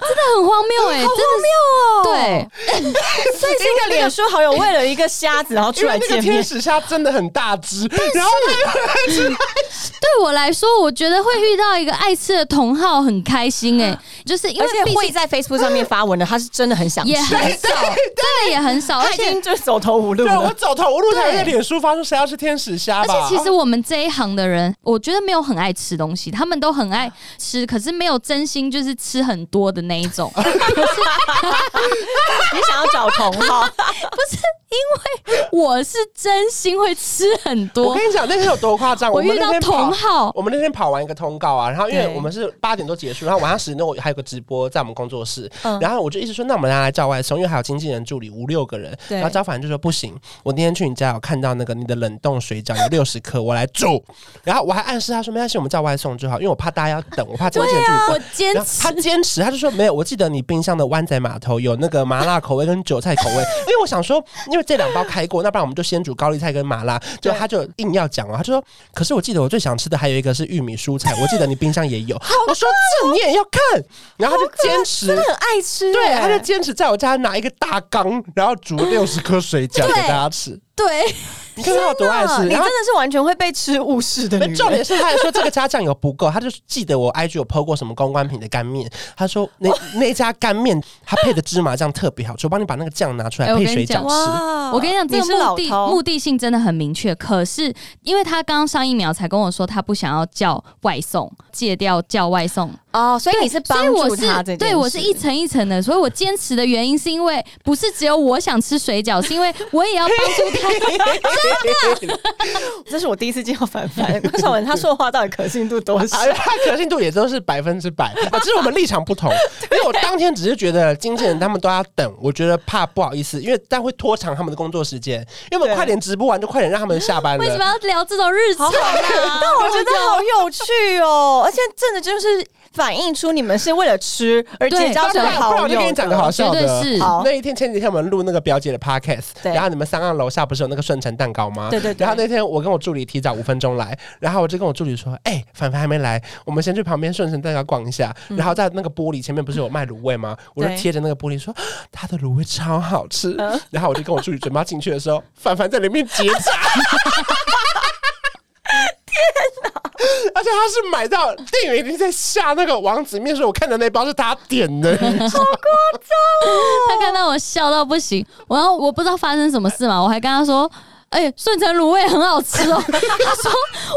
A: 那很荒谬哎、
B: 好荒谬哦！对，
A: 真的是
B: 所以是一个脸书好友为了一个瞎子，然后出
C: 因为
B: 来
C: 那个
B: 见
C: 天
B: 面。
C: 使虾真的很大只，然后
A: 对，对我来说，我觉得会遇到一个爱吃的同好很开心哎、就是因为
B: 而且
A: 毕
B: 会
A: 竟
B: 在 Facebook 上面发文的，他是真的很 想吃
A: 也，很少，真的也很少，而
B: 他已
A: 且
B: 经就是走投无路
C: 对我
B: 了。
C: 走投无路才
A: 对
C: 在脸书发说谁要吃天使虾
A: 而
C: 吧，
A: 且其实我们这一行的人，我觉得没有很爱吃东西，他们都很爱吃，可是没有真心就是吃很多的那一种。
B: 你想要找同 好，
A: 我是真心会吃很
C: 我
A: 多，
C: 跟你讲那天有多夸张，
A: 我
C: 们
A: 遇
C: 那
A: 到
C: 天跑
A: 同好，
C: 我们那天跑完一个通告啊，然后因为
B: 对
C: 我们是八点多结束，然后晚上十点多我还有个直播在我们工作室，
B: 嗯
C: 然后我就一直说那我们拿来叫外送，因为还有经纪人助理五六个人，
B: 对
C: 然后张凡就说不行，我那天去你家有看到那个你的冷冻水饺有六十克，我来煮，然后我还暗示他说没关系，我们叫外送就好，因为我怕大家要等，我怕经纪人助理
A: 啊我坚
C: 然后
A: 持
C: 他。坚持，他就说没有。我记得你冰箱的湾仔码头有那个麻辣口味跟韭菜口味，因为我想说，因为这两包开过，那不然我们就先煮高丽菜跟麻辣。就
B: 对
C: 他就硬要讲哦，他就说，可是我记得我最想吃的还有一个是玉米蔬菜，我记得你冰箱也 有。 我说这你也要看，然后他就坚持
B: 真的。很爱吃、
C: 对，
B: 欸
C: 他就坚持在我家拿一个大缸，然后煮六十颗水饺给
A: 对
C: 大家吃。
A: 对，
C: 你看他有多爱吃，
B: 你真
C: 然后
B: 的是完全会被吃误事的
C: 那
B: 女人。
C: 重点是，他还说这个家酱油不够，他就记得我 IG 有 PO 过什么公关品的干面，他说那 那家干面他配的芝麻酱特别好吃，我帮你把那个酱拿出
A: 哎
C: 来
A: 我
C: 配
A: 跟你
C: 水饺
A: 讲
C: 吃。
A: 我跟你讲，这
B: 啊是
A: 个
B: 老
A: 目的
B: 饕
A: 目的性真的很明确。可是，因为他刚上一秒才跟我说他不想要叫外送，戒掉叫外送，
B: 哦，所以你是
A: 所
B: 帮
A: 以我
B: 助
A: 是
B: 他这件事
A: 对我是一层一层的。所以我坚持的原因是因为不是只有我想吃水饺，是因 为我也要帮助他。
B: 这是我第一次见到凡凡。 关少文他说的话到底可信度多少
C: 啊，？他可信度也都是百分之百 啊，只是我们立场不同。 因为我当天只是觉得经纪人他们都要等，我觉得怕不好意思，因为但会拖长他们的工作时间，因为我们
B: 对
C: 快点直播完就快点让他们下班
A: 为什么
C: 了。
A: 要聊这种日
B: 好
A: 常？
B: 好 啦，但我觉得好有趣哦，而且真的就是反映出你们是为了吃而
A: 对
B: 结交
C: 不
B: 成
C: 然不然
B: 好
C: 我就
B: 友
C: 跟你讲个好
B: 的。
A: 绝
C: 笑
A: 对
C: 的，
A: 是。
B: 好
C: 那一天前几天我们录那个表姐的 podcast，
B: 对
C: 然后你们三岸楼下不是有那个顺成蛋糕吗？
B: 对对对
C: 然后那天我跟我助理提早五分钟来，然后我就跟我助理说：“哎、凡凡还没来，我们先去旁边顺成蛋糕逛一下。
A: 嗯
C: 然后在那个玻璃前面不是有卖卤味吗？我就
B: 对
C: 贴着那个玻璃说：“啊他的卤味超好吃。
A: 嗯
C: 然后我就跟我助理准备要进去的时候，凡凡在里面结账。而且他是买到店员已经在下那个王子面说，我看的那包是他点的，
A: 他看到我笑到不行，然后我不知道发生什么事嘛，我还跟他说。哎、顺成卤味很好吃 哦。他说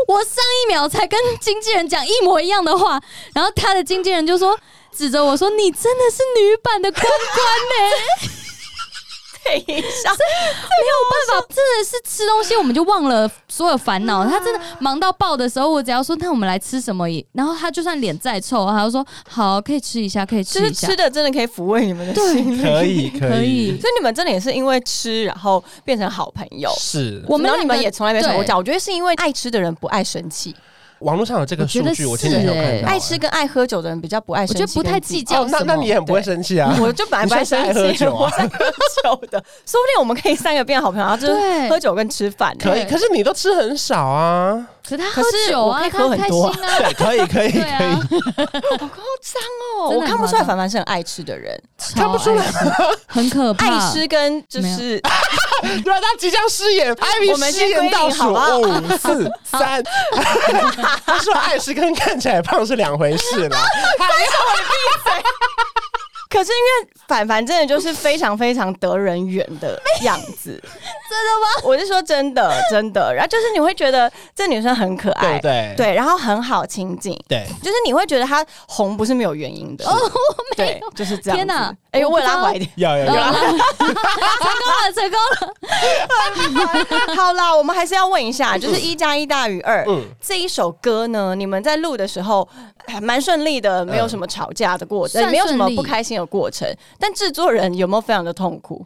A: 我上一秒才跟经纪人讲一模一样的话，然后他的经纪人就说指着我说：“你真的是女版的关关呢、
B: 等一下，
A: 没有办法，真的是吃东西我们就忘了所有烦 恼。他真的忙到爆的时候，我只要说那我们来吃什么也，然后他就算脸再臭，他就说好可以吃一下，可以
B: 就
A: 吃
B: 是
A: 一下
B: 吃。的真的可以抚慰你们的
A: 对
B: 心。
C: 可以
A: 可 以
B: 所以你们真的也是因为吃，然后变成好朋友。
C: 是
A: 我们
B: 然后你
A: 两个
B: 们也从来没吵过
A: 对
B: 架，我觉得是因为爱吃的人不爱生气，
C: 网络上有这个数
A: 我觉
C: 据，
A: 得
C: 我前几天有
A: 是欸
C: 看到。
B: 爱吃跟爱喝酒的人比较不爱
A: 我
B: 生
A: 觉
B: 气，
A: 得不太计。较
C: 哦，
A: 什
C: 那
A: 么。
C: 那你也很不会生气啊？
B: 我就本来不爱生
C: 你
B: 气，
C: 算是爱喝酒啊
B: 我在喝酒的，说不定我们可以三个变好朋友，然后就是
A: 对
B: 喝酒跟吃饭呢。
C: 可以，可是你都吃很少啊。
A: 可是他喝
B: 可是
A: 酒
B: 我
A: 啊，
B: 可以喝
A: 他
B: 很
A: 开
B: 多
A: 心 啊，
C: 可以，可以
A: 对啊，
B: 哦，
A: 真
B: 我
A: 的很
B: 看不出
A: 夸
B: 来
A: 张
B: 凡凡是很爱吃的人，
A: 看不出来，很可怕。
B: 爱吃跟就
A: 没有
B: 是
C: 对啊，他即将失言，艾米
B: 我们
C: 失
B: 先
C: 言
B: 归零
C: 倒数
B: 好不好
C: 五、四、三。他说爱吃跟看起来胖是两回事 啦。
B: 可是因为凡凡真的就是非常非常得人缘的样子，真的吗？我是说真的，真的。然后就是你会觉得这女生很可爱，
C: 对不对
B: 然后很好亲近，
C: 对，。
B: 就是你会觉得她红不是没有原因的。
A: 哦，我没
B: 对
A: 有，，
B: 就是这样子。
A: 天哪
B: 哎呦，
A: 我不
B: 为
A: 知道
B: 拉怀一点
C: 有有
A: 成功
C: 有，
B: 呃
A: 了，成功了。
B: 好啦，我们还是要问一下，就是一加一大于二
C: 嗯
B: 这一首歌呢，你们在录的时候还蛮顺利的，没有什么吵架的过程，
A: 算
B: 没有什么
A: 顺利
B: 不开心的过程。但制作人有没有非常的痛苦？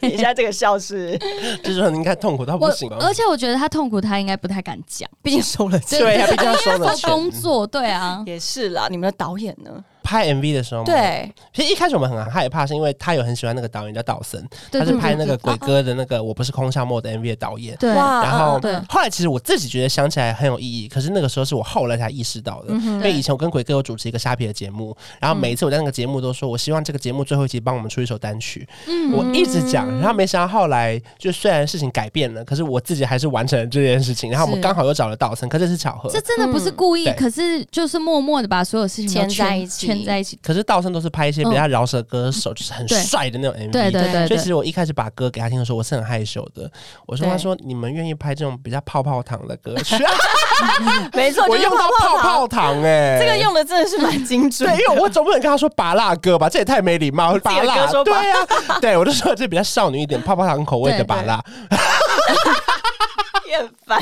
B: 你现在这个笑是，
C: 就是很应该痛苦到哦不
A: 我
C: 行了
A: 而。且我觉得他痛苦，他应该不太敢讲。
B: 呃毕竟收了钱。
C: 对啊，毕竟要收
A: 做
C: 了
A: 工
C: 钱。
A: 作，对啊，
B: 也是啦，你们的导演呢？
C: 拍 MV 的时候，，
B: 对，
C: 其实一开始我们很害怕，是因为他有很喜欢那个导演叫道森，
A: 对
C: 他是
A: 对
C: 拍那
A: 对
C: 个
A: 对
C: 鬼哥的那个《我不是空巷陌》的 MV 的导演。
A: 对，
C: 然后
B: 嗯嗯
A: 对
C: 后来其实我自己觉得想起来很有意义，可是那个时候是我后来才意识到
A: 嗯
C: 的。因为以前我跟鬼哥有主持一个虾皮的节目，然后每一次我在那个节目都说，我希望这个节目最后一集帮我们出一首单曲。
A: 嗯
C: 我一直讲，然后没想到后来就虽然事情改变了，可是我自己还是完成了这件事情。然后我们
A: 是
C: 刚好又找了道森，可这是巧合
A: 这。真的不是故意
C: 嗯对，
A: 可是就是默默的把所有事情
B: 牵
A: 都
B: 在
A: 圈
B: 一起
A: 圈在一起。
C: 可是道森都是拍一些比较饶舌歌手，就是很
A: 嗯对
C: 帅的那种 MV。
A: 对对对
C: 所以
A: 对，
C: 其嗯实我一开始把歌给他听的时候，我是很害羞的。我说：“
B: 对
C: 他说你们愿意拍这种比较泡泡糖的歌曲，
B: 没错，
C: 我
B: 就是
C: 用到泡
B: 糖，
C: 泡糖哎、
B: 这个用的真的是蛮精准
C: 对，
B: 的。
C: 因为我总不能跟他说拔辣哥吧，这也太没礼貌。拔
B: 自己的
C: 辣
B: 歌，说
C: 对
B: 拔
C: 啊，对我就说这比较少女一点，泡泡糖口味的拔辣。
B: 厌烦。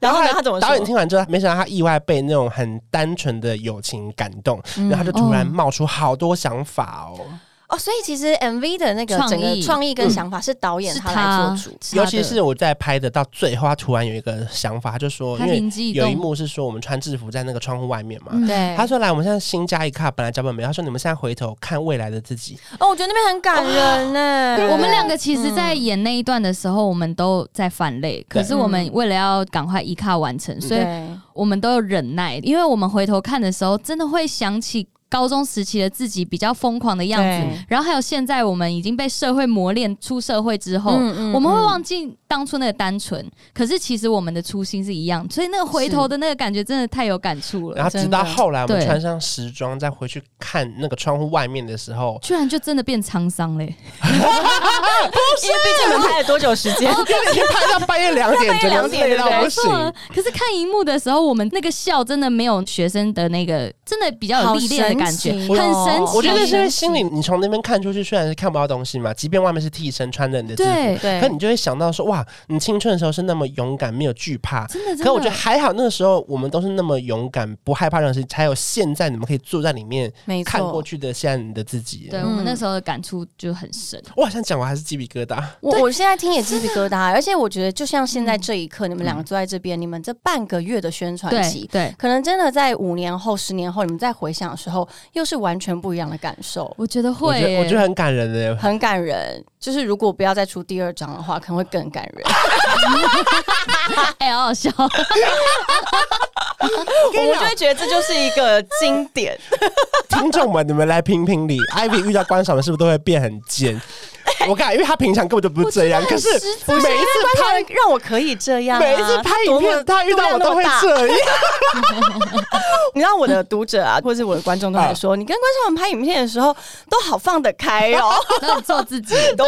B: 然后呢，他怎么说
C: 导演听完之后，没想到他意外被那种很单纯的友情感动，然后他就突然冒出好多想法哦。
B: 嗯哦，所以其实 MV 的那个
A: 创
B: 整个
A: 意
B: 创意跟想法是导演
A: 是
B: 他
A: 他
B: 来做主，
A: 他
C: 尤
A: 的
C: 其是我在拍的到最后，他突然有一个想法，他就说，
A: 他
C: 因为
A: 灵机一
C: 有一
A: 动
C: 幕是说我们穿制服在那个窗户外面嘛，
A: 嗯
B: 对。
C: 他说：“来，我们现在新加一卡，本来脚本没有。他说你们现在回头看未来的自己，
B: 哦，我觉得那边很感人欸呢、
A: 我们两个其实，
B: 嗯
A: 在演那一段的时候，我们都在泛泪，可是我们为了要赶快一卡完
C: 嗯
A: 成，所以
B: 对
A: 我们都有忍耐，因为我们回头看的时候，真的会想起高中时期的自己比较疯狂的样子，
B: 对
A: 然后还有现在我们已经被社会磨练，出社会之后，
B: 嗯嗯
A: 我们会
B: 嗯
A: 忘记当初那个单纯，可是其实我们的初心是一样，所以那个回头的那个感觉真的太有感触
C: 然
A: 了，
C: 后直到
B: 真的
C: 后来我们
A: 对
C: 穿上时装，再回去看那个窗户外面的时候，
A: 居然就真的变沧桑嘞，
B: 因为毕竟我们拍了多久时间？
C: 已经拍到半夜两点，真的
B: 两点
C: 累到
B: 对
C: 不
B: 不
A: 没错
C: 行
A: 啊。可是看荧幕的时候，我们那个笑真的没有学生的那个，真的比较有
B: 好
A: 历练的
B: 神
A: 感觉，
B: 奇
A: 很
B: 哦
A: 神奇。
C: 我觉得是因为心里，你从那边看出去，虽然是看不到东西嘛，即便外面是替身穿着你的制服，
A: 对，
B: 对
C: 可你就会想到说，哇，你青春的时候是那么勇敢，没有惧怕。
A: 真的真的。
C: 可我觉得还好，那个时候我们都是那么勇敢，不害怕任何事情，才有现在你们可以坐在里面
B: 没
C: 看过，去的现在你的自己。
A: 对、
B: 嗯
A: 我们那时候的感触就很深。
C: 我好像讲完还是鸡皮疙瘩。
B: 我我现在听也鸡皮疙瘩，欸而且我觉得就像现在这一刻，你们两个
C: 嗯
B: 坐在这边，你们这半个月的宣传
A: 对
B: 期。
A: 对，
B: 可能真的在五年后、十年后，你们再回想的时候，又是完全不一样的感受，
A: 我觉得
C: 我
A: 会
C: 觉得
A: 耶、
C: 我觉得很感人的。
B: 很感人。就是如果不要再出第二章的话，可能会更感人。
C: 啊
A: 哎、好好笑。
B: 我就会觉得这就是一个经典。
C: 听众们，你们来评评理，艾比遇到观赏的是不是都会变很尖？我看，因为他平常根本就不是这样，可是每一
A: 实
C: 次
B: 他哎让我可以这样、啊，
C: 每一次拍影片，他遇到我都会
B: 这。
C: 这样。
B: 你知道我的读者啊，或者是我的观众都会说，你跟观众们拍影片的时候都好放得开哦。
A: 然后你做 自己，
B: 我说对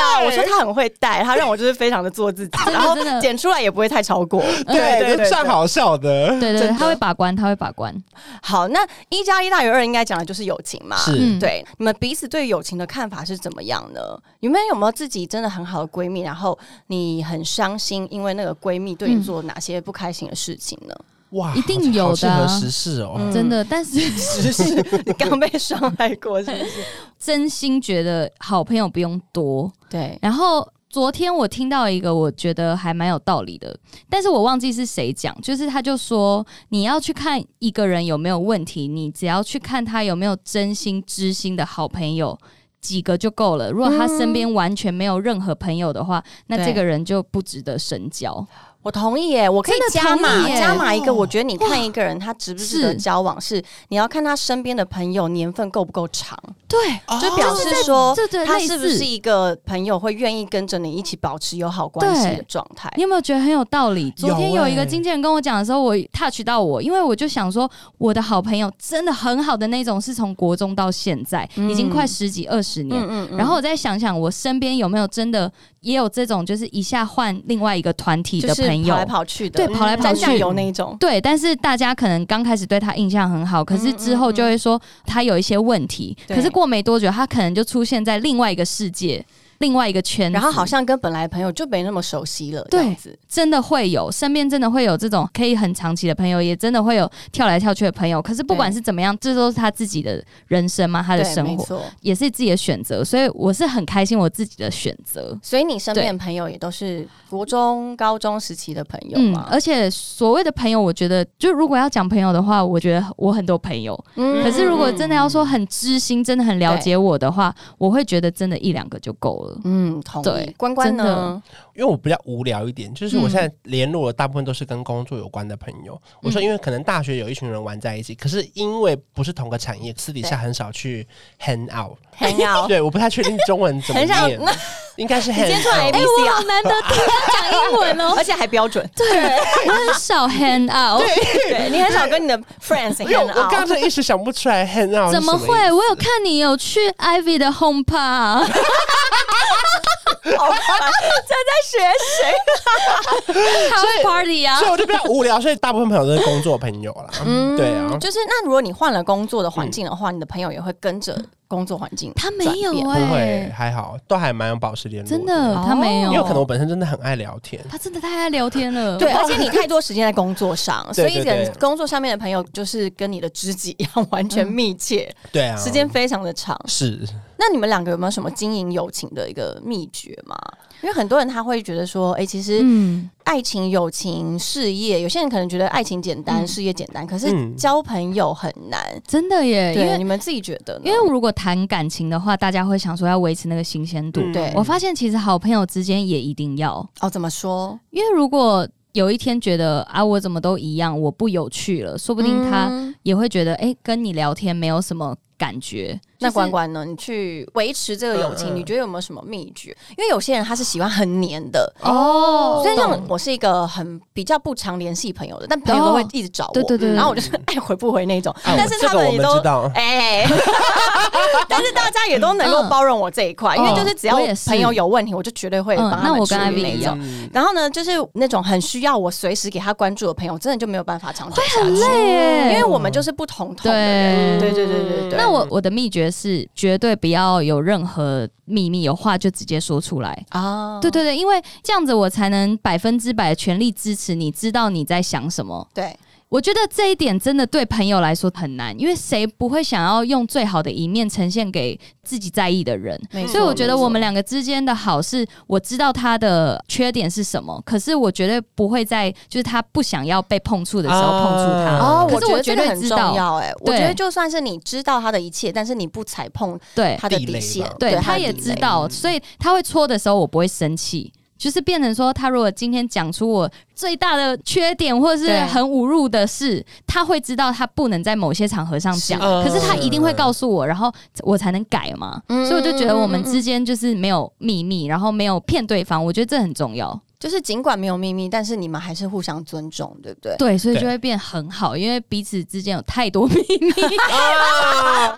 B: 啊，我说他很会带，他让我就是非常的做自己，
A: 真的
B: 然后
A: 真的
B: 剪出来也不会太超过。
C: 嗯对，就算。好笑的。
A: 对
B: 真
A: 对对，
B: 的
A: 他会把关，他会把关。
B: 好，那一加一大于二应该讲的就是友情嘛。
C: 是
A: 嗯
B: 对，你们彼此对友情的看法是怎么样呢？你们有没有自己真的很好的闺蜜，然后你很伤心，因为那个闺蜜对你做哪些不开心的事情呢？
C: 哇
A: 一定有的啊
C: 好适合时事哦。
A: 真的，但是
B: 只是你刚被伤害过，是不是？
A: 真心觉得好朋友不用多。
B: 对，
A: 然后昨天我听到一个我觉得还蛮有道理的，但是我忘记是谁讲，就是他就说你要去看一个人有没有问题，你只要去看他有没有真心知心的好朋友。几个就够了。如果他身边完全没有任何朋友的话，那这个人就不值得深交。
B: 我同意耶，我可以
A: 真的
B: 加
A: 同
B: 码
A: 意耶哦
B: 加码一个。我觉得你看一个人他值不值得
A: 是
B: 交往，是你要看他身边的朋友年份够不够长，
A: 对，
B: 就表
A: 就是
B: 示
A: 在
B: 说
A: 这对
B: 他
A: 类
B: 是不
A: 似
B: 是一个朋友会愿意跟着你一起保持友好关系的
A: 对
B: 状态。
A: 你有没有觉得很有道理？昨天有一
C: 欸
A: 个经纪人跟我讲的时候，我 touch 到我，因为我就想说，我的好朋友真的很好的那种，是从国中到现在，已经快十几二十年。
B: 嗯
A: 然后我再想想，我身边有没有真的也有这种，就是一下换另外一个团体
B: 就
A: 的
B: 是
A: 朋友
B: 跑来，嗯跑去的，
A: 对跑来跑
B: 沾酱
A: 去
B: 油那一种。
A: 对，但是大家可能刚开始对他印象很好，可
B: 嗯
A: 是之后就会说他有一些问题，
B: 对
A: 可是过没多久，他可能就出现在另外一个世界、另外一个圈子，
B: 然后好像跟本来的朋友就没那么熟悉了，
A: 对
B: 这样子。
A: 真的会有，身边真的会有这种可以很长期的朋友，也真的会有跳来跳去的朋友。可是不管是怎么样，这都是他自己的人生嘛，他的
B: 对，
A: 生
B: 没
A: 活
B: 错。
A: 也是自己的选择，所以我是很开心我自己的选择。
B: 所以你身边的朋友也都是国中、高中时期的朋友
A: 嗯，
B: 嘛？
A: 而且所谓的朋友，我觉得就如果要讲朋友的话，我觉得我很多朋友。
B: 嗯
A: 可是如果真的要说很知心，真的很了解我的话，我会觉得真的一两个就够了。
B: 嗯，同意
A: 对。
B: 关关
A: 真
B: 呢
A: 的？
C: 因为我比较无聊一点，就是我现在联络的大部分都是跟工作有关的朋友。我说，因为可能大学有一群人玩在一起，可是因为不是同个产业，私底下
B: 对
C: 很少去 hang out。
B: 很好，
C: 对，我不太确定中文怎么
B: 很少
C: 念，应该是
B: 你今
C: hang
B: 天出来 A
C: out
B: B。C 啊
A: 哎好，难得听他讲英文 哦，
B: 而且还标准。
A: 我很少 hang out。
B: 对你很少跟你的 friends
C: 因为我
B: hang
C: 我刚
B: out。
C: 才一时想不出来 hang out 是
A: 怎么
C: 哦什
A: 会？
C: 意思
A: 我有看你有去 Ivy 的 home p a
B: 哦 好烦这在学谁？
A: house party 啊
C: 所以。我就比较无聊，所以大部分朋友都是 工作朋友啦。嗯，对啊，
B: 就是那如果你换了工作的环境的话，你的朋友也会跟着工作环境
A: 他没
B: 转
A: 有
B: 变
A: 啊
C: 不会
A: 对，
C: 还好，都还蛮有保持联络，
A: 真的
B: 哦
A: 他没有，
C: 因为可能我本身真的很爱聊天，
A: 他真的太爱聊天了，
B: 对，而且你太多时间在工作 上，所以
C: 哦对对
B: 人工作上面的朋友就是跟你的知己一样，完全密切，
C: 对啊，
B: 时间非常的长。
C: 是
B: 那你们两个有没有什么经营友情的一个秘诀吗？因为很多人他会觉得说，哎、其实
A: 嗯，
B: 爱情、友情、事业，有些人可能觉得爱情简单，
A: 嗯
B: 事业简单，可是
C: 嗯
B: 交朋友很难。
A: 真的耶，因
B: 对，
A: 为
B: 你们自己觉得呢？
A: 因为如果谈感情的话，大家会想说要维持那个新鲜度。
C: 嗯
B: 对
A: 我发现其实好朋友之间也一定要，
B: 哦，怎么说？
A: 因为如果有一天觉得啊我怎么都一样，我不有趣了，说不定他
B: 嗯
A: 也会觉得哎、诶跟你聊天没有什么感觉。
B: 那
A: 关
B: 关关呢？你去维持这个友情，
C: 嗯嗯
B: 你觉得有没有什么秘诀？因为有些人他是喜欢很黏的，
A: 哦
B: 所以像
C: 懂
B: 我是一个很比较不常联系朋友的，但朋友都会一直找我，
A: 哦对对对
B: 然后我就是爱回不回那种，
C: 哎
B: 但是
C: 这
B: 他
C: 个我
B: 们也
C: 们
B: 都
C: 知道，
B: 哎， 但是大家也都能够包容我这一块，因为就是只要
A: 嗯哦我也是
B: 朋友有问题，我就绝对会帮
A: 嗯，
B: 他
A: 那
B: 们
A: 我
B: 处
A: 跟
B: 理
A: Ivy
B: 那
A: 一
B: 种。
A: 样，
C: 嗯
B: 然后呢，就是那种很需要我随时给他关注的朋友，真的就没有办法长久下去，
A: 对耶，
B: 因为我们就是不同头的人。对
A: 对
B: 对对对对。
A: 那我我的秘诀是绝对不要有任何秘密，有话就直接说出来。
B: 啊，
A: 对对对，因为这样子我才能百分之百全力支持你，知道你在想什么。
B: 对，
A: 我觉得这一点真的对朋友来说很难，因为谁不会想要用最好的一面呈现给自己在意的人？
B: 没错
A: 所以我觉得
B: 没错
A: 我们两个之间的好是，我知道他的缺点是什么，可是我绝对不会在就是他不想要被碰触的时候
C: 啊
A: 碰触他。
B: 哦，
A: 可是
B: 我
A: 我
B: 觉
A: 绝
B: 得这
A: 对
B: 个很
A: 知
B: 重
A: 道，
B: 要哎，我觉
A: 对
B: 得就算是你知道他的一切，但是你不踩碰
A: 对，
B: 他的
C: 地雷
B: 底
C: 吧
B: 线，
A: 对，
B: 他
A: 他
B: 的
A: 也
B: 地
A: 知
B: 雷
A: 道，所以他会戳的时候，我不会生气。就是变成说，他如果今天讲出我最大的缺点，或者是
B: 对
A: 很侮辱的事，他会知道他不能在某些场合上讲，
C: 是嗯
A: 可是他一定会告诉我，然后我才能改嘛。
B: 嗯
A: 所以我就觉得我们之间就是没有秘密，然后没有骗对方，我觉得这很重要。
B: 就是尽管没有秘密，但是你们还是互相尊重，对不对？
A: 对，所以
C: 对
A: 就会变很好，因为彼此之间有太多秘密。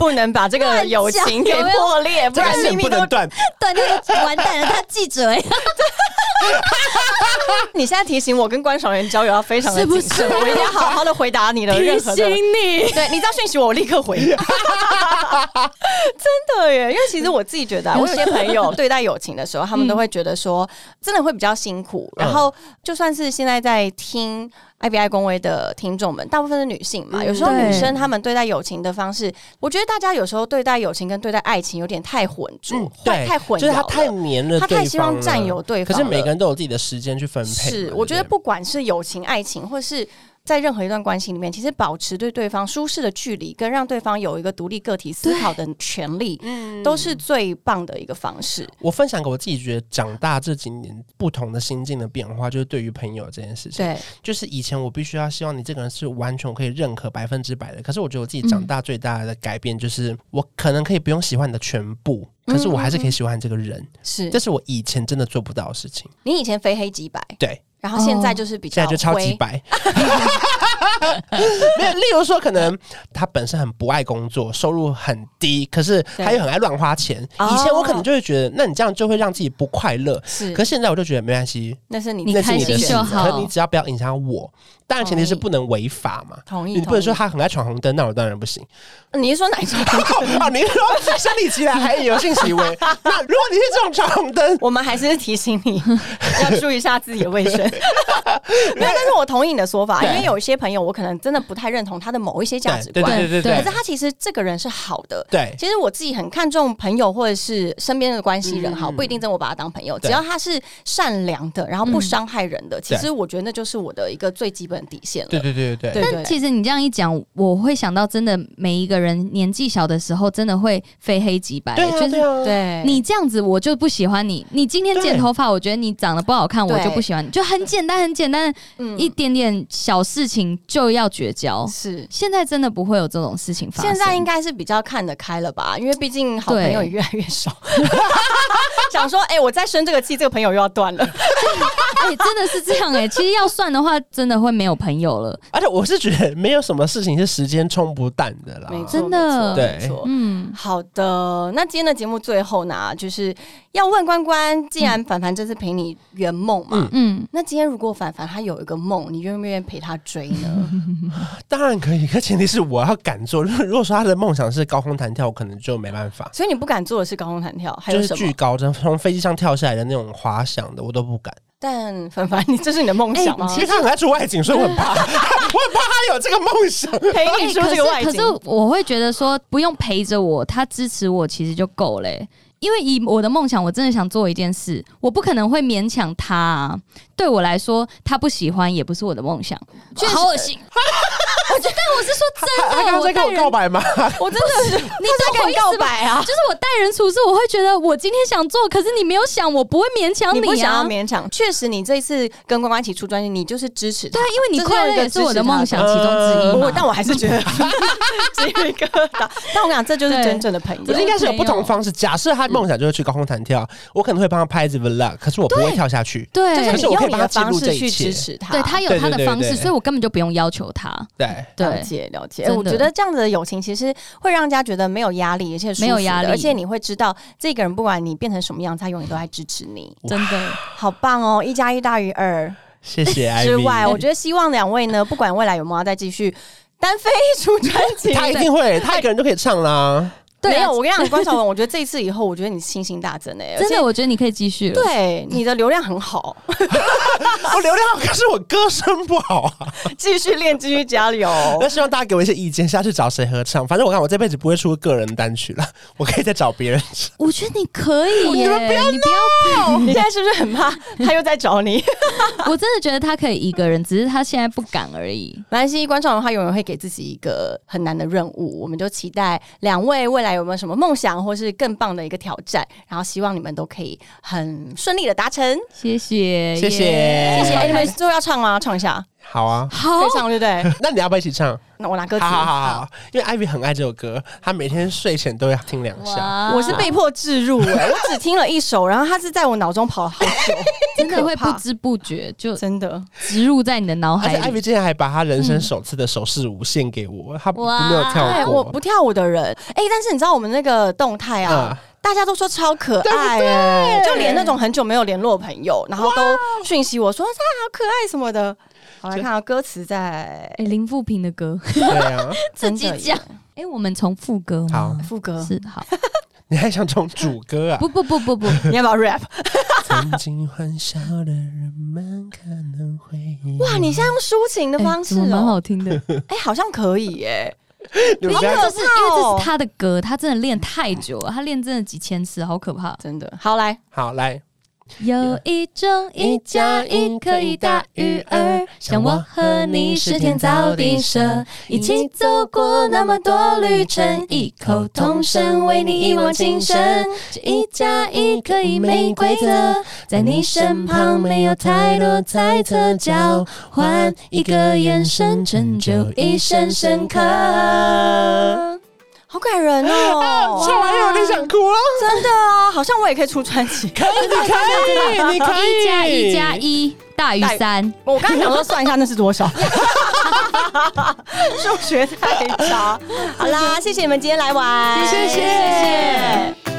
B: 不能把这个友情给破裂，不
C: 这个
B: 然秘
C: 线
B: 密
C: 不
B: 都
C: 能。断，
A: 对，那个完蛋了，他记者哎、
B: 你现在提醒我跟观赏员交友要非常的谨慎，
A: 是不是
B: 我一定要好好的回答你的任
A: 提
B: 何
A: 醒
B: 的。
A: 你。
B: 对，你知道讯息我，我立刻 回。真的耶，因为其实我自己觉得啊，我有些朋友对待友情的时候，他们都会觉得说，真的会比较辛苦。
C: 嗯
B: 然后，就算是现在在听 IBI 公威的听众们，大部分是女性嘛，
C: 嗯
B: 有时候
A: 对
B: 女生她们对待友情的方式，我觉得大家有时候对待友情跟对待爱情有点太混浊，太
C: 嗯对，
B: 太混
C: 就
B: 淆
C: 是
B: 了
C: 他太黏了，
B: 他太希望占有。对
C: 可
B: 方了，
C: 是每个人都有自己的时间去分配嘛，对
B: 是，
C: 对
B: 我觉得不管是友情、爱情，或是在任何一段关系里面，其实保持对对方舒适的距离，跟让对方有一个独立个体思考的权利，
A: 嗯
B: 都是最棒的一个方式。
C: 我分享给我自己，觉得长大这几年不同的心境的变化，就是对于朋友这件事情。
B: 对，
C: 就是以前我必须要希望你这个人是完全可以认可百分之百的，可是我觉得我自己长大最大的改变就是，我可能可以不用喜欢你的全部，可是我还是可以喜欢这个人，
B: 是
C: 这是我以前真的做不到的事情。
B: 你以前非黑即白，
C: 对，
B: 然后现在
A: 哦
B: 就是比较
C: 现在就超级
B: 灰，
C: 白。 没有，例如说，可能他本身很不爱工作，收入很低，可是
B: 对
C: 他又很爱乱花钱。
B: 哦
C: 以前我可能就会觉得，那你这样就会让自己不快乐。
B: 是，
C: 可现在我就觉得没关系，
B: 那是你
A: 你
C: 那
B: 自
C: 是
A: 开
C: 你
B: 己
A: 心
C: 的
B: 选
C: 事
A: 就
B: 择
A: 好，
C: 可是你只要不要影响我。当然，前提是
B: 同意
C: 不能违法嘛。
B: 同意，
C: 你不能说
B: 同
C: 他很爱闯红灯，那我当然不行。
B: 意，你是说哪一种？
C: 哦，你说生理期来还有性行 为，那如果你是这种闯红灯，
B: 我们还是提醒 你要注意一下自己的卫生。 没有，但是我同意你的说法，因为有一些朋友，我可能真的不太认同他的某一些价值
C: 对对
B: 观，
C: 对对
A: 对
B: 可是他其实这个人是好的。
C: 对
B: 其实我自己很看重朋友或者是身边的关系人好，
C: 嗯
B: 不一定真的我把他当朋友，只
C: 对
B: 要他是善良的，然后不伤害人的，其
C: 对
B: 实我觉得那就是我的一个最基本底线了。
C: 对对对对对
B: 对
A: 但其实你这样一讲，我会想到，真的每一个人年纪小的时候，真的会非黑即白，
C: 对啊
A: 就
C: 对
A: 是。
C: 啊！
B: 对
A: 你这样子，我就不喜欢你。你今天剪
C: 对
A: 头发，我觉得你长得不好看，我
B: 对
A: 就不喜欢你。就很简单，很简单，
B: 嗯
A: 一点点小事情就要绝交。
B: 是。
A: 现在真的不会有这种事情发
B: 嗯
A: 生。
B: 现在应该是比较看得开了吧，因为毕竟好朋友 也越来越少。想说，哎、我再生这个气，这个朋友又要断了。
A: 哎、真的是这样哎、其实要算的话，真的会没有朋友了。
C: 而且我是觉得没有什么事情是时间冲不淡的啦。
B: 没错，
A: 真的
B: 没错
C: 对
B: 没错
A: 嗯，
B: 好的，那今天的节目最后呢，就是要问关关，既
C: 嗯
B: 然凡凡这次陪你圆梦嘛，
A: 嗯，
B: 那今天如果凡凡他有一个梦，你愿不愿意陪他追 呢？
C: 当然可以，可前提是我要敢做。 如如果说他的梦想是高空弹跳，我可能就没办法。
B: 所以你不敢做的是高空弹跳，还
C: 就
B: 有
C: 是
B: 什
C: 巨
B: 么？
C: 高，真从飞机上跳下来的那种滑翔的，我都 不敢。
B: 但凡凡，你这是你的梦想吗？
A: 哎
C: 因为他很爱出外景，所以我很怕，我很 怕他有这个梦 想。
B: 陪你
A: 哎
B: 说这
A: 可是
B: 个外
A: 可
B: 景
A: 是，我会觉得说不用陪着我，他支持我其实就够嘞、因为以我的梦想，我真的想做一件事，我不可能会勉强他啊。对我来说，他不喜欢也不是我的梦想，
B: 确实
A: 好恶心。我觉得我是
B: 啊
A: 说
C: 他他
A: 真
C: 刚
A: 的，
C: 刚
A: 我
C: 在跟
A: 带
C: 我
A: 人
C: 告白吗？
B: 我真的是你
A: 懂我
B: 在
A: 意
B: 跟
A: 思
B: 告
A: 吧
B: 白啊
A: 就！是我待人处事，我会觉得我今天想做，可是你没有想，我不会勉强
B: 你不想
A: 啊。
B: 要勉强，确实，你这一次跟关关一起出专辑，你就是支持他
A: 对，。啊
C: 啊
A: 因为你
B: 这是
A: 快
B: 一
A: 乐
B: 个
A: 也是
B: 支
A: 我
B: 持
A: 的
B: 他
A: 梦
B: 的
A: 想其中之一
B: 我
A: 嘛。
B: 但我还是 觉得鸡皮疙瘩。但我跟你讲，这就是
A: 对
B: 真正的朋
C: 我
B: 友
C: 觉得。应该是有不
A: 没有
C: 同方式。假设他梦想就是去高空弹跳，我可能会帮他拍一支 vlog，可是我不会跳下去。
A: 对，
B: 就是
C: 可
B: 你
C: 是我可
B: 用你
C: 以帮他
B: 的
C: 记录
B: 方式
C: 这一
B: 去
C: 切
B: 支持他，
A: 对他有
C: 对
A: 他
C: 对
A: 的
C: 对
A: 方式，
C: 对
A: 所以我根本就不用要求他。
C: 对，
B: 了
A: 对，
B: 解了解。哎
A: 真的
B: 我觉得这样子的友情其实会让人家觉得没有压力，而且舒服的
A: 没有压力
B: 而且你会知道这个人不管你变成什么样，他永远都在支持 你，
A: 真的，
B: 好棒哦！一加一大于二。
C: 谢谢艾
B: 之
C: 米。
B: 外，我觉得希望两位呢，不管未来有没有再继续单飞出专 辑，
C: 他一 定会，他一个人就可以唱啦。
A: 对啊
B: 没有。我跟你讲，关晓雯，我觉得这一次以后，我觉得你信心大增哎、而
A: 真
B: 且
A: 的，我觉得你可以继续了。
B: 对你的流量很好，
C: 我流量好，可是我歌声不好啊。
B: 继续练，继续加 油。
C: 那
A: 哦
C: 希望大家给我一些意见，下次找谁合唱？反正我看我这辈子不会出个人单曲了，我可以再找别人唱。
A: 我觉得你可以耶，你不要，
B: 你现在是不是很怕他又在找你？
A: 我真的觉得他可以一个人，只是他现在不敢而已。
B: 南希关照文，他永远会给自己一个很难的任务，我们就期待两位未来有没有什么梦想，或是更棒的一个挑战，然后希望你们都可以很顺利的达成。
A: 谢哎谢，
C: 谢谢
A: 耶
B: 谢谢，哎你 们
A: 们
B: 最后要唱吗？唱一下，
C: 好啊，
A: 好
B: 可以唱对不对？
C: 那你要不要一起唱？
B: 那我拿歌词
C: 好。好好好，因为艾比很爱这首歌，她每天睡前都会听两下。
A: 哇
B: 我是被迫置入、哎，我只听了一首，然后他是在我脑中跑了好久，
A: 真的会
B: 可怕
A: 不知哦不觉就
B: 真的。
A: 植入在你的脑
C: 而且
A: 海
C: 艾
A: 里
C: 比。之前还把她人生首次的手势舞献给我，她不
A: 哇
C: 没有跳
B: 哎，我
C: 过
B: 不。跳舞的人，哎、但是你知道我们那个动态啊，
C: 嗯
B: 大家都说超可爱、哎就连那种很久没有联络的朋友，然后都讯息我说他好可爱什么的。好来看到歌词 在
A: 哎，林富平的歌
C: 对啊，
A: 自己
B: 真的
A: 讲。哎，我们从副歌吗？
B: 副歌，
A: 是好，
C: 你还想从主歌啊？
A: 不不不不 不，
B: 你要不要 rap？
C: 曾经欢笑的人们可能会遗
B: 哇，你现在用抒情的
A: 哎
B: 方式
A: 怎么蛮
B: 哦、
A: 好听的。
B: 哎、好像可以耶、
C: 你们
A: 因
C: 不
A: 为
C: 要
A: 这是因为这
B: 哦
A: 是他的歌，他真的练太久了，他练真的几千次，好可怕。
B: 真的。好来，
C: 好来，
A: 有一种一加一可以大于二，像我和你是天造地设，一起走过那么多旅程，异口同声为你一往情深。这一加一可以没规则，在你身旁没有太多猜测，交换一个眼神，成就一生深刻。
B: 好感人哦、
C: 唱完有点想哭了。
B: 真的啊，好像我也可以出专 辑。
C: 可以，你可以，你可以。
A: 一加一加一大于三，
B: 我刚才想说算一下那是多 少，数学太差。好啦，谢谢你们今天来玩，
A: 谢谢谢谢